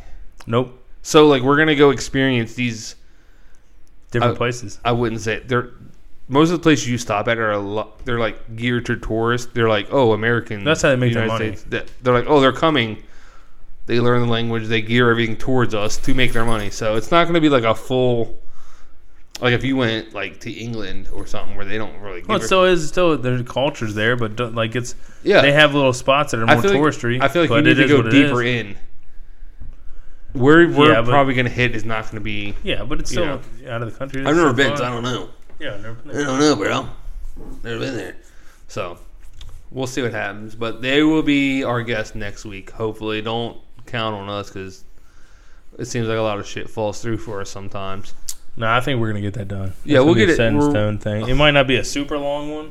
Nope. so like we're gonna go experience these. Uh, Different places. I wouldn't say they're most of the places you stop at are a lot. They're like geared to tourists. They're like oh Americans. That's how they make their United money. States. That- They're like oh they're coming. They learn the language. They gear everything towards us to make their money. So it's not going to be like a full. Like if you went like to England or something where they don't really. Give Well, a- it still is still their cultures there, but don't- like it's yeah, they have little spots that are more I feel touristy. Like, I feel like but you need it to is go what it deeper is. in. Where we're Yeah, but- probably going to hit is not going to be. Yeah, but it's you still out of the country. I've never been, so I don't know. Yeah, I've never been. I there. don't know, bro. Never been there. So we'll see what happens. But they will be our guest next week. Hopefully, don't count on us because it seems like a lot of shit falls through for us sometimes. No, I think we're gonna get that done. Yeah, That's we'll gonna be get a it- set in we're- stone thing. It might not be a super long one.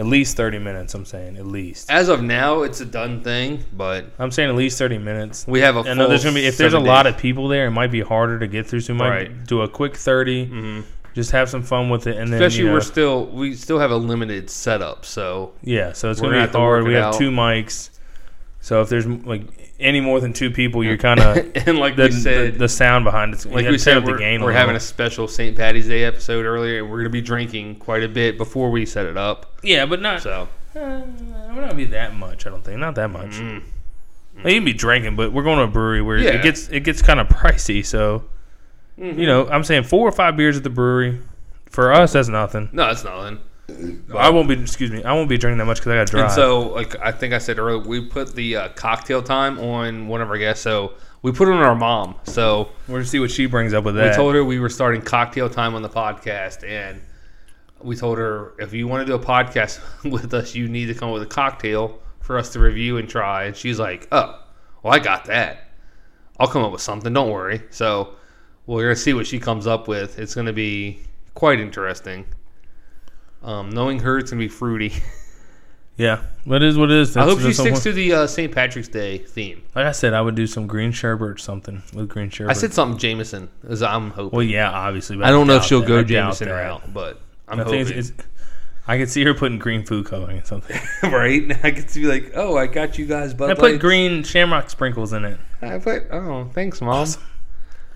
At least thirty minutes. I'm saying at least. As of now, it's a done thing, but I'm saying at least thirty minutes. we have a. I know there's gonna be if there's a lot of people there, it might be harder to get through. So we might Right. Mm-hmm. do a quick 30 just have some fun with it, and then Especially you know, we're still we still have a limited setup, so yeah. So it's we're gonna, gonna have be to hard. work We it have out. two mics, so if there's like any more than two people, you're kind of and like the, we said, the the sound behind it's like you we gotta turn said, up we're, the game. we're little. having a special St. Patty's Day episode earlier, and we're gonna be drinking quite a bit before we set it up. yeah, but not uh, So it would not be that much. I don't think not that much. Like, you can be drinking, but we're going to a brewery where Mm-hmm. Yeah. Mm-hmm. it gets it gets kind of pricey. So you know, I'm saying four or five beers at the brewery for us that's nothing. no, it's nothing. I won't be. Excuse me. I won't be drinking that much because I got to drive. And so, like I think I said earlier, we put the uh, cocktail time on one of our guests. So We put it on our mom. So We're gonna see what she brings up with we that. told her we were starting cocktail time on the podcast, and we told her if you want to do a podcast with us, you need to come up with a cocktail for us to review and try. And she's like, "Oh, well, I got that. I'll come up with something. Don't worry." So we're gonna see what she comes up with. It's gonna be quite interesting. Um, knowing her, it's gonna be fruity. yeah, what is what it is. I That's- hope she that's what- sticks to the uh, St. Patrick's Day theme. Like I said, I would do some green sherbet or something with green sherbet. I said something Jameson, as I'm hoping. well, yeah, obviously. But I don't know if doubt she'll that. go I doubt Jameson that. route, but I'm I hoping. think it's, it's, I could see her putting green food coloring or something. right? I could be like, oh, I got you guys, but I put green shamrock sprinkles in it. I put. Oh, thanks, mom.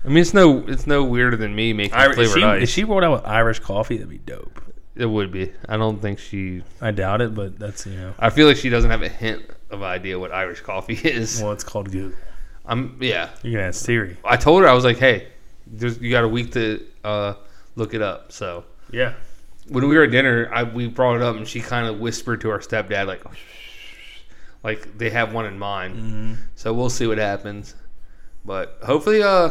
I mean, it's no, it's no weirder than me making if, flavored she, if ice. she rolled out with Irish coffee, that'd be dope. it would be. I don't think she. I doubt it, but that's you know, I feel like she doesn't have a hint of idea what Irish coffee is. well, it's called Google. I'm. Yeah, You're gonna ask Siri. I told her I was like, hey, there's, you got a week to uh, look it up. So Yeah, when we were at dinner, I, we brought it up, and she kind of whispered to our stepdad, like, "Oh, like they have one in mind. Mm-hmm. So we'll see what happens. But hopefully, uh,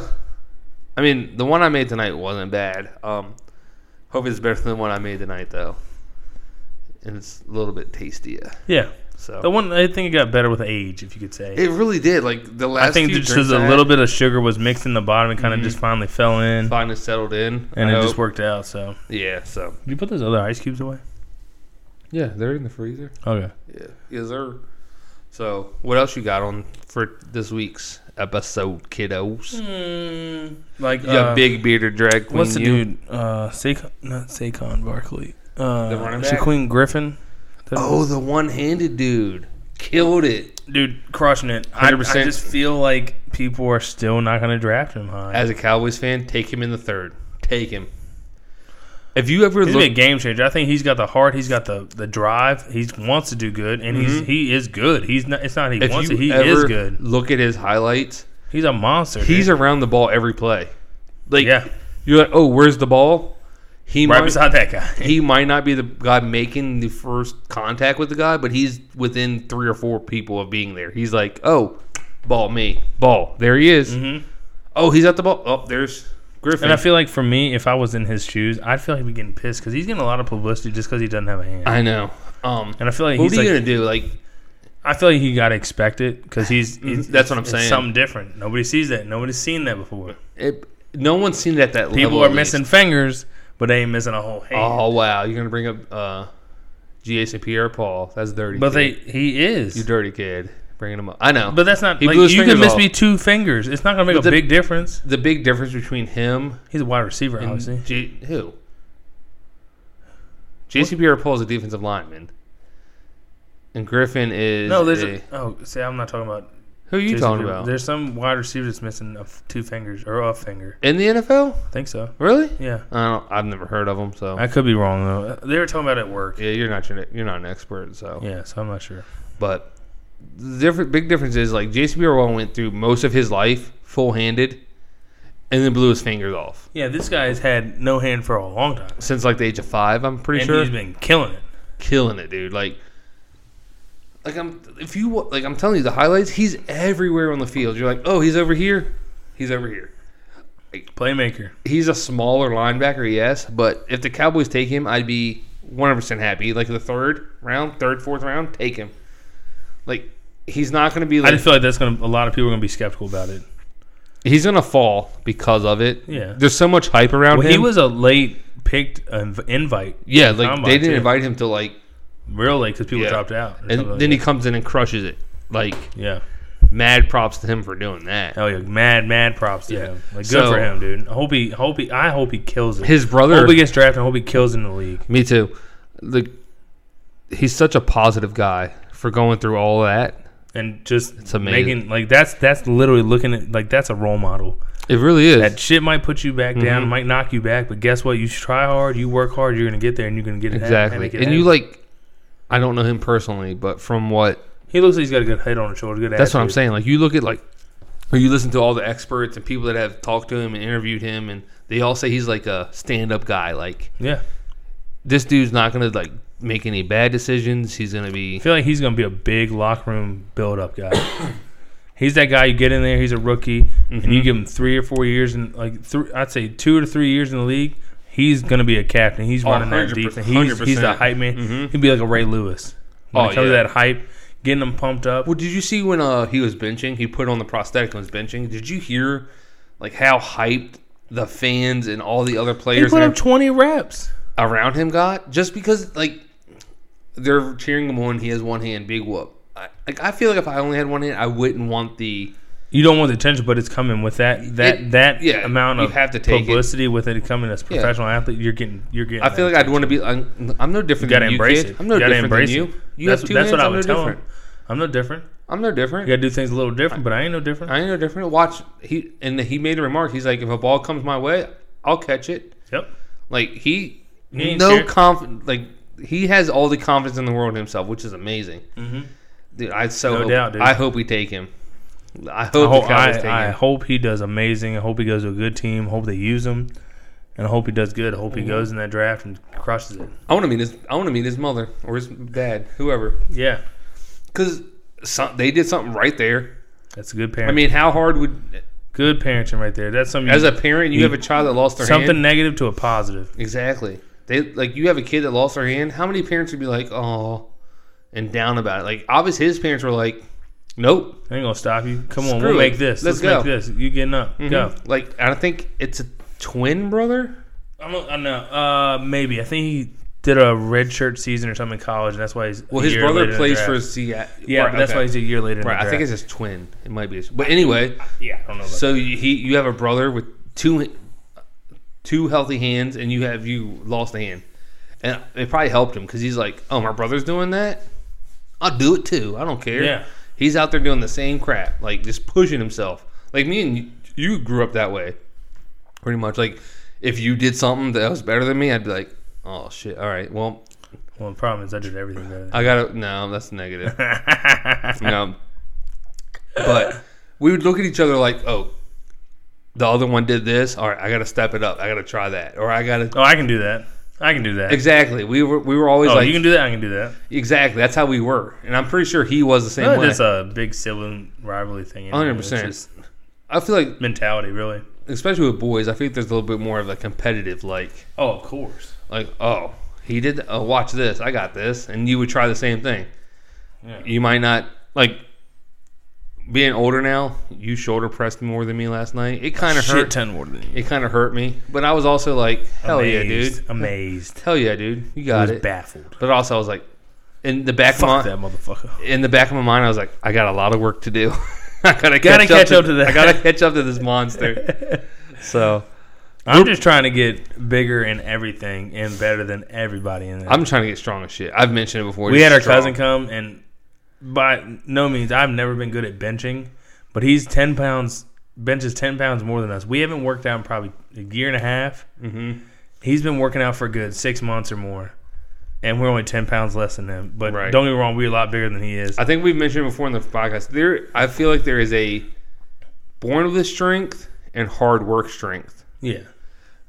I mean, the one I made tonight wasn't bad. Um, hopefully it's better than the one I made tonight, though, and it's a little bit tastier. yeah. The So one I think it got better with age, if you could say. it really did. Like the last, I think few just drinks because a I little had bit of sugar was mixed in the bottom, it Mm-hmm. kind of just finally fell in, finally settled in, and I it hope. just worked out. So, yeah. So did you put those other ice cubes away? yeah, they're in the freezer. Okay. Yeah, yes, sir. So, what else you got on for this week's episode, kiddos? like Hmm, You got big bearded drag queen. Uh, What's the you. dude? Uh, Saquon, not Saquon Barkley. Uh, The running back? Shaquem Griffin. Oh, the one-handed dude killed it dude, crushing it. I, I 100%. just feel like people are still not going to draft him high. as a Cowboys fan. Take him in the third. Take him. If you ever he's gonna look, be a game changer. I think he's got the heart. He's got the, the drive. He wants to do good, and he's he is good. He's not. It's not he Mm-hmm. if wants you it. He ever is good. look at his highlights, He's a monster. he's He's around the ball every play. Like yeah, you're like, oh, where's the ball? He right might, beside that guy. he might not be the guy making the first contact with the guy, but he's within three or four people of being there. He's like, oh, ball me, ball. There he is. Mhm. Oh, he's at the ball. Oh, there's Griffin. And I feel like for me, if I was in his shoes, I'd feel like he'd be getting pissed because he's getting a lot of publicity just because he doesn't have a hand. I know. Um, and I feel like what he's are you like, gonna do? Like, I feel like he got to expect it because he's, he's- Mm-hmm. that's what I'm it's saying. Something different. Nobody sees that. Nobody's seen that before. it, no one's seen it at that level. People are at least. missing fingers, but they ain't missing a whole hand. Oh wow, you're gonna bring up uh, G.A. and Pierre Paul. That's dirty. but kid. they he is. you dirty kid, bringing him up. I know. But that's not He like blew his you can fingers miss off. me two fingers. It's not gonna make a the- big difference. the big difference between him He's a wide receiver, obviously. J- who? J.C. Pierre Paul is a defensive lineman, and Griffin is No, there's a- a, oh, see, I'm not talking about. who are you Jason talking Pierre- about There's some wide receiver that's missing a f- two fingers or a finger. in the NFL? I think so. Really? Yeah, I don't. I've never heard of him. So I could be wrong though. They were talking about it at work. yeah, you're not your- you're not an expert. So Yeah, so I'm not sure. but the different big difference is like J.C. Pierre Paul went through most of his life full handed, and then blew his fingers off Yeah, this guy's had no hand for a long time, since like the age of five. I'm pretty and sure he's been killing it. killing it, dude. Like, like I'm if you wa- like I'm telling you the highlights. He's everywhere on the field. You're like, oh, he's over here, he's over here. Playmaker. He's a smaller linebacker, yes, but if the Cowboys take him, I'd be 100 percent happy. Like the third round, third, fourth round, take him. Like he's not going to be I like just feel like that's gonna. A lot of people are gonna be skeptical about it. he's going to fall because of it. Yeah. there's so much hype around Well, him. he was a late picked inv- invite, yeah, like combine, they didn't too. invite him to like, real late, because people Yeah. dropped out. or something and like then that. he comes in and crushes it. Like yeah. mad props to him for doing that. Oh yeah, mad, mad props to Yeah. him. Like good So- for him, dude. I hope he, hope he, I hope he kills it. His I brother hope he gets drafted. I hope he kills in the league. Me too. The he's such a positive guy for going through all that. And just amazing. making like that's that's literally looking at like that's a role model. It really is. That shit might put you back Mm-hmm. down, might knock you back, but guess what? You try hard, you work hard, you're gonna get there, and you're gonna get it happen and exactly. make it And you happen. like I don't know him personally, but from what he looks like he's got a good head on his shoulder. Good. that's what I'm attitude. saying. Like you look at like or you listen to all the experts and people that have talked to him and interviewed him and they all say he's like a stand up guy. Like Yeah, this dude's not gonna like make any bad decisions. He's gonna I be feel like he's gonna be a big locker room build up guy. He's that guy you get in there. He's a rookie, and Mm-hmm. you give him three or four years, and like three, I'd say two to three years in the league, he's gonna be a captain. He's running that 100%, defense. He's, he's the 100%. hype man. He'd be like a Ray Lewis. When Mm-hmm. Oh, it comes to yeah. that hype, getting them pumped up. Well, did you see when uh, he was benching? He put on the prosthetic and was benching. Did you hear like how hyped the fans and all the other He players put and up twenty reps. around him got just because like they're cheering him on. He has one hand, big whoop. I, like I feel like if I only had one hand, I wouldn't want the You don't want the attention, but it's coming with that that It- that yeah, amount you of have to take it. publicity with it coming as a professional athlete. You're getting you're getting. I feel like I'd want to be. I'm, I'm no different You gotta than you, embrace kid. it. I'm no You gotta different than embrace you. it. You that's, have two that's hands. what I I'm no would tell different. him. I'm no different. I'm no different. You gotta do things a little different, but I ain't no different. I ain't no different. Watch he and he made a remark. He's like, if a ball comes my way, I'll catch it. yep. Like he, He ain't no scared. confidence. Like he has all the confidence in the world in himself, which is amazing. Mm-hmm. Dude, I so No hope, doubt, dude. I hope we take him. I I hope hope, the Cowboys take I, I him. hope he does amazing. I hope he goes to a good team. I hope they use him, and I hope he does good. I Mm-hmm. hope he goes in that draft and crushes it. I want to meet his. I want to meet his mother or his dad, whoever, Yeah, because some, they did something right there. that's a good I parent. mean, how hard would good parenting right there. That's something. as you- a parent you have a child that lost their something hand? negative to a positive. Exactly. They like you have a kid that lost their hand. How many parents would be like, "Oh," and down about it? Like, obviously, his parents were like, "Nope, I ain't gonna stop you. Come on, Screw we'll it. make this. Let's, Let's make go. Mm-hmm. this. You getting up? Go. Like, and I think it's a twin brother. I'm, I don't know. Uh, maybe I think he did a red shirt season or something in college, and that's why he's. Well, a his year later in brother the plays draft. for Seattle. Yeah, but that's why he's a year later. In Right, the I think it's draft. his twin. It might be his. But anyway, yeah. I don't know. About so you- he you have a brother with two two healthy hands, and you have you lost a hand, and it probably helped him because he's like, "Oh, my brother's doing that. I'll do it too. I don't care." Yeah. He's out there doing the same crap, like just pushing himself. Like me and you, you grew up that way, pretty much. Like if you did something that was better than me, I'd be like, "Oh shit! All right, well, Well, the problem is I did everything better. I gotta." No, that's negative. Than No. But we would look at each other like, oh, the other one did this. All right, I got to step it up. I got to try that. Or I got to. oh, I can do that. I can do that. Exactly. We were we were always Oh, like, you can do that. I can do that. exactly. That's how we were. And I'm pretty sure he was the same way. It's a big sibling rivalry thing. anyway. Hundred It's percent. just I feel like, Mentality, really. especially with boys, I feel like there's a little bit more of a competitive, like, Oh, of course. like, oh, he did. Oh, watch this. I got this. And you would try the same thing. Yeah. You might not like. Being older now, you shoulder pressed more than me last night. It kind of hurt. ton more than you. it kind of hurt me. But I was also like, hell yeah, dude. Amazed. Hell yeah, dude. You I got was it. baffled. But also, I was like, in the back Fuck of my that motherfucker. in the back of my mind, I was like, I got a lot of work to do. I gotta, Gotta catch, up, to, that. I gotta catch up to this monster. so I'm just trying to get bigger in everything and better than everybody in there. I'm trying to get strong as shit. I've mentioned it before. we just had our strong. cousin come, and by no means, I've never been good at benching, but he's 10 pounds, benches 10 pounds more than us. We haven't worked out in probably a year and a half. Mhm. He's been working out for a good six months or more, and we're only 10 pounds less than him. But Right. don't get me wrong, we're a lot bigger than he is. I think we've mentioned it before in the podcast. There, I feel like there is a born with strength and hard work strength. yeah.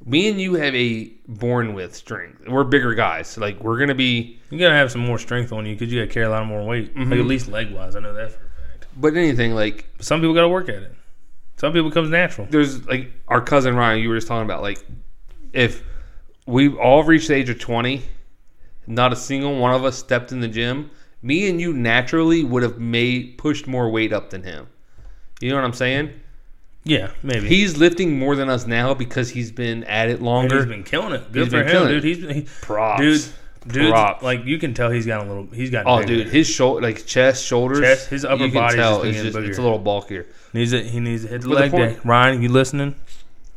Me and you have a born with strength. We're bigger guys. Like we're gonna be You gotta have some more strength on you because you gotta carry a lot more weight, Mm-hmm. like at least leg wise. I know that for a fact. but anything like But some people gotta work at it. Some people it comes natural. there's like our cousin Ryan, you were just talking about, like if we all reached the age of 20, not a single one of us stepped in the gym, me and you naturally would have made pushed more weight up than him. You know what I'm saying? Yeah, maybe. He's lifting more than us now because he's been at it And he's longer. been killing it. Good He's for been him, killing it. dude. He's been, he, Props. dude, dude. Props. Like you can tell he's got a little. He's got. oh, bigger. dude, his shoulder, like chest, shoulders, Chest, his upper you can body's tell just been it's getting just it's bigger. a little bulkier. needs it. He needs to hit the But the leg day. point- Ryan, you listening?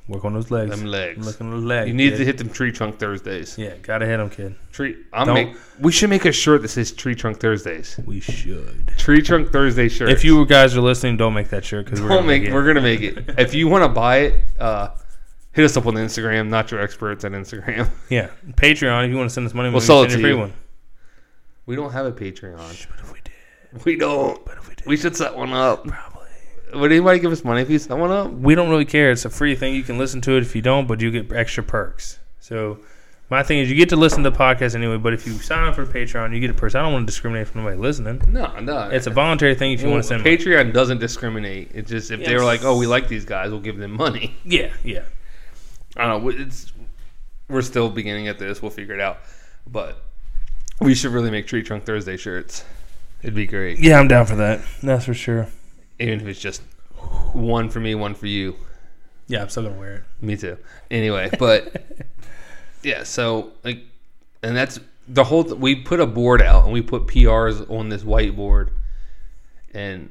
Work on those legs. Them legs. Look on those legs. You need kid. to hit them tree trunk Thursdays. Yeah, gotta hit him, kid. Tree, I'm Don't- make, we should make a shirt that says tree trunk Thursdays. We should. Tree trunk Thursday shirt. If you guys are listening, don't make that shirt because we're We'll gonna make, make it. we're gonna make it. If you want to buy it, uh, hit us up on Instagram. Not your experts at Instagram. Yeah, Patreon. If you want to send us money, we'll, sell send it you to a free you. one. We don't have a Patreon. But if we did, We don't. if we did, We should set one up. probably. Would anybody give us money if you set one up? we don't really care. It's a free thing. You can listen to it if you don't, but you get extra perks. So My thing is, you get to listen to the podcast anyway, but if you sign up for Patreon, you get a person. I don't want to discriminate from nobody listening. No, no. It's a voluntary thing if you want to send money. Patreon doesn't discriminate. It's just if they were like, "Oh, we like these guys, we'll give them money." Yeah, yeah. I don't know. It's we're still beginning at this. We'll figure it out. But we should really make Tree Trunk Thursday shirts. It'd be great, Yeah, I'm down for that. That's for sure. even if it's just one for me, one for you. Yeah, I'm still going to wear it. Me too. Anyway, but yeah, so like, and that's the whole. Th- we put a board out and we put PRs on this whiteboard, and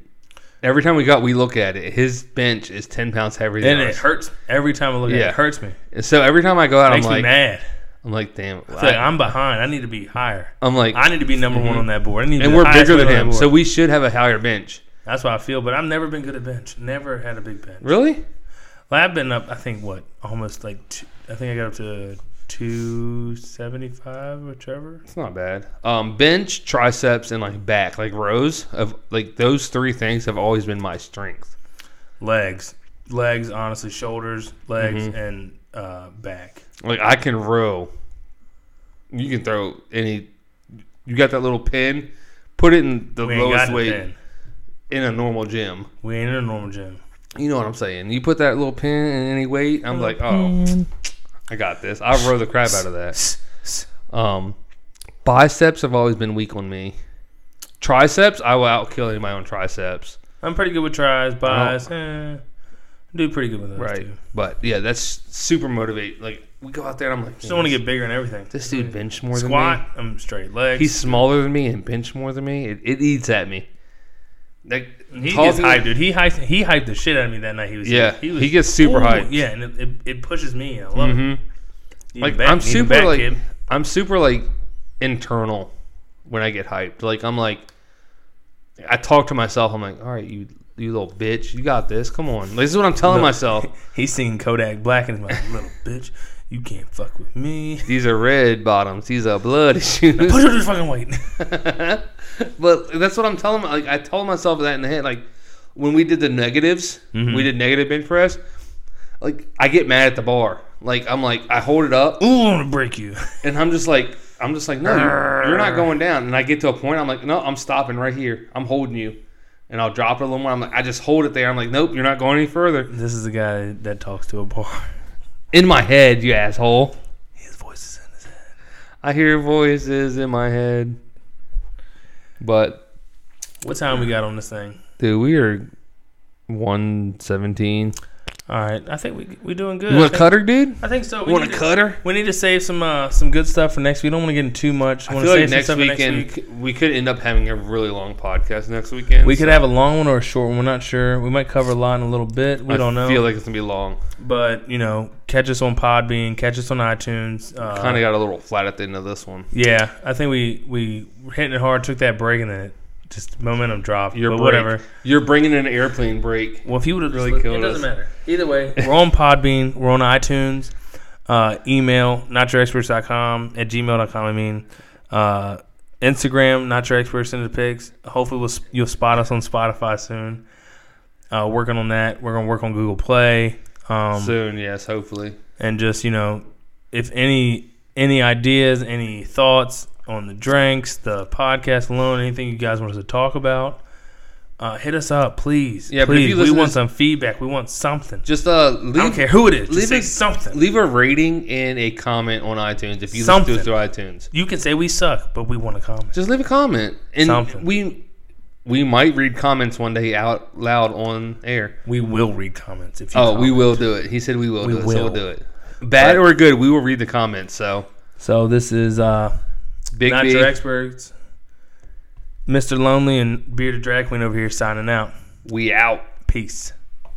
every time we got we look at it, his bench is ten pounds heavier than And it ours. hurts every time I look at it. Yeah. It hurts me. And so every time I go out, I'm Makes me like, mad. I'm like, damn, It's like, I, I'm behind. I need to be higher. I'm like, I need to be number one on that board. I need to be and the we're highest bigger than rated on him, that so board. we should have a higher bench. that's what I feel. But I've never been good at bench. Never had a big bench. Really? Well, I've been up. I think what almost like two, I think I got up to two seventy five, whichever. It's not bad. Um, bench, triceps, and like back, like rows of like those three things have always been my strength. Legs, legs. Honestly, shoulders, legs, Mm-hmm. and uh, back. Like I can row. You can throw any. You got that little pin. Put it in the We ain't lowest got weight weight. in a normal gym. We ain't in a normal gym. You know what I'm saying? You put that little pin in any weight. I'm like, oh, I got this. I row the crap out of that. Um, biceps have always been weak on me. Triceps, I will outkill any of my own triceps. I'm pretty good with tries, buys. eh, do pretty good with those Right. too. But yeah, that's super motivate. Like we go out there and I'm like, Just want to get bigger and everything. this dude bench more than me. Squat. I'm straight. Legs. He's smaller than me and bench more than me. It, it eats at me. Like he tall gets people- hyped, dude. He hyped. He hyped the shit out of me that night. He was. Yeah, He, was, he gets super Ooh, hyped. Yeah, and it, it, it pushes me. I love it. Mhm. Need Like him back, I'm need him super back, like kid. I'm super like internal when I get hyped. Like I'm like I talk to myself. I'm like, all right, you you little bitch, you got this. Come on, this is what I'm telling myself. He's singing Kodak Black and he's like, little bitch, you can't fuck with me. These are red bottoms. These are bloody shoes. Put up this fucking weight. but that's what I'm telling. my- Like I told myself that in the head. Like when we did the negatives, we did negative bench press. Like I get mad at the bar. Like I'm like I hold it up Ooh, I'm gonna break you. and I'm just like I'm just like no, you're, you're not going down. And I get to a point. I'm like no, I'm stopping right here. I'm holding you, and I'll drop it a little more. I'm like I just hold it there. I'm like nope, you're not going any further. This is the guy that talks to a bar. In my head, you asshole. His voice is in his head. I hear voices in my head. But What time we got on this thing? dude, we are one seventeen. All right, I think we we doing good. You I want a think, cutter, dude? I think so. Uh, We You want need a to- cutter? We need to save some uh, some good stuff for next week. We don't want to get in too much. I wanna feel like save some next stuff for weekend c- we could end up having a really long podcast next weekend. We could have a long one or a short one. We're not sure. We might cover a lot in a little bit. We I don't know. feel like it's gonna be long. but you know, catch us on Podbean. Catch us on iTunes. Uh, Kind of got a little flat at the end of this one. Yeah, I think we we were hitting it hard, took that break, and then it just momentum dropped. Your but break. whatever. You're bringing in an airplane break. Well, if you would have Really really killed killed it doesn't us. matter. Either way, we're on Podbean, we're on iTunes. Uh, email notyourexperts.com at gmail.com. I mean, uh, Instagram not your experts send the pics. Hopefully, we'll, sp- you'll spot us on Spotify soon. Uh, working on that. We're gonna work on Google Play. Um, Soon, yes, hopefully. and just you know if any any ideas any thoughts on the drinks the podcast alone anything you guys want us to talk about uh, hit us up please Yeah, yeah but if please you we listen to want this- some feedback we want something Just uh, i don't leave care who it is leave just say it- something leave a rating and a comment on iTunes if you Something. listen to us through iTunes. you can say we suck but we want a comment Just leave a comment, and Something. we we might read comments one day out loud on air. we will read comments if you Oh, comment. we will do it. He said we will do it. So will. we'll do it. Bad or good, we will read the comments. So so this is uh Big not B. your experts mr lonely and bearded drag queen over here signing out We out. peace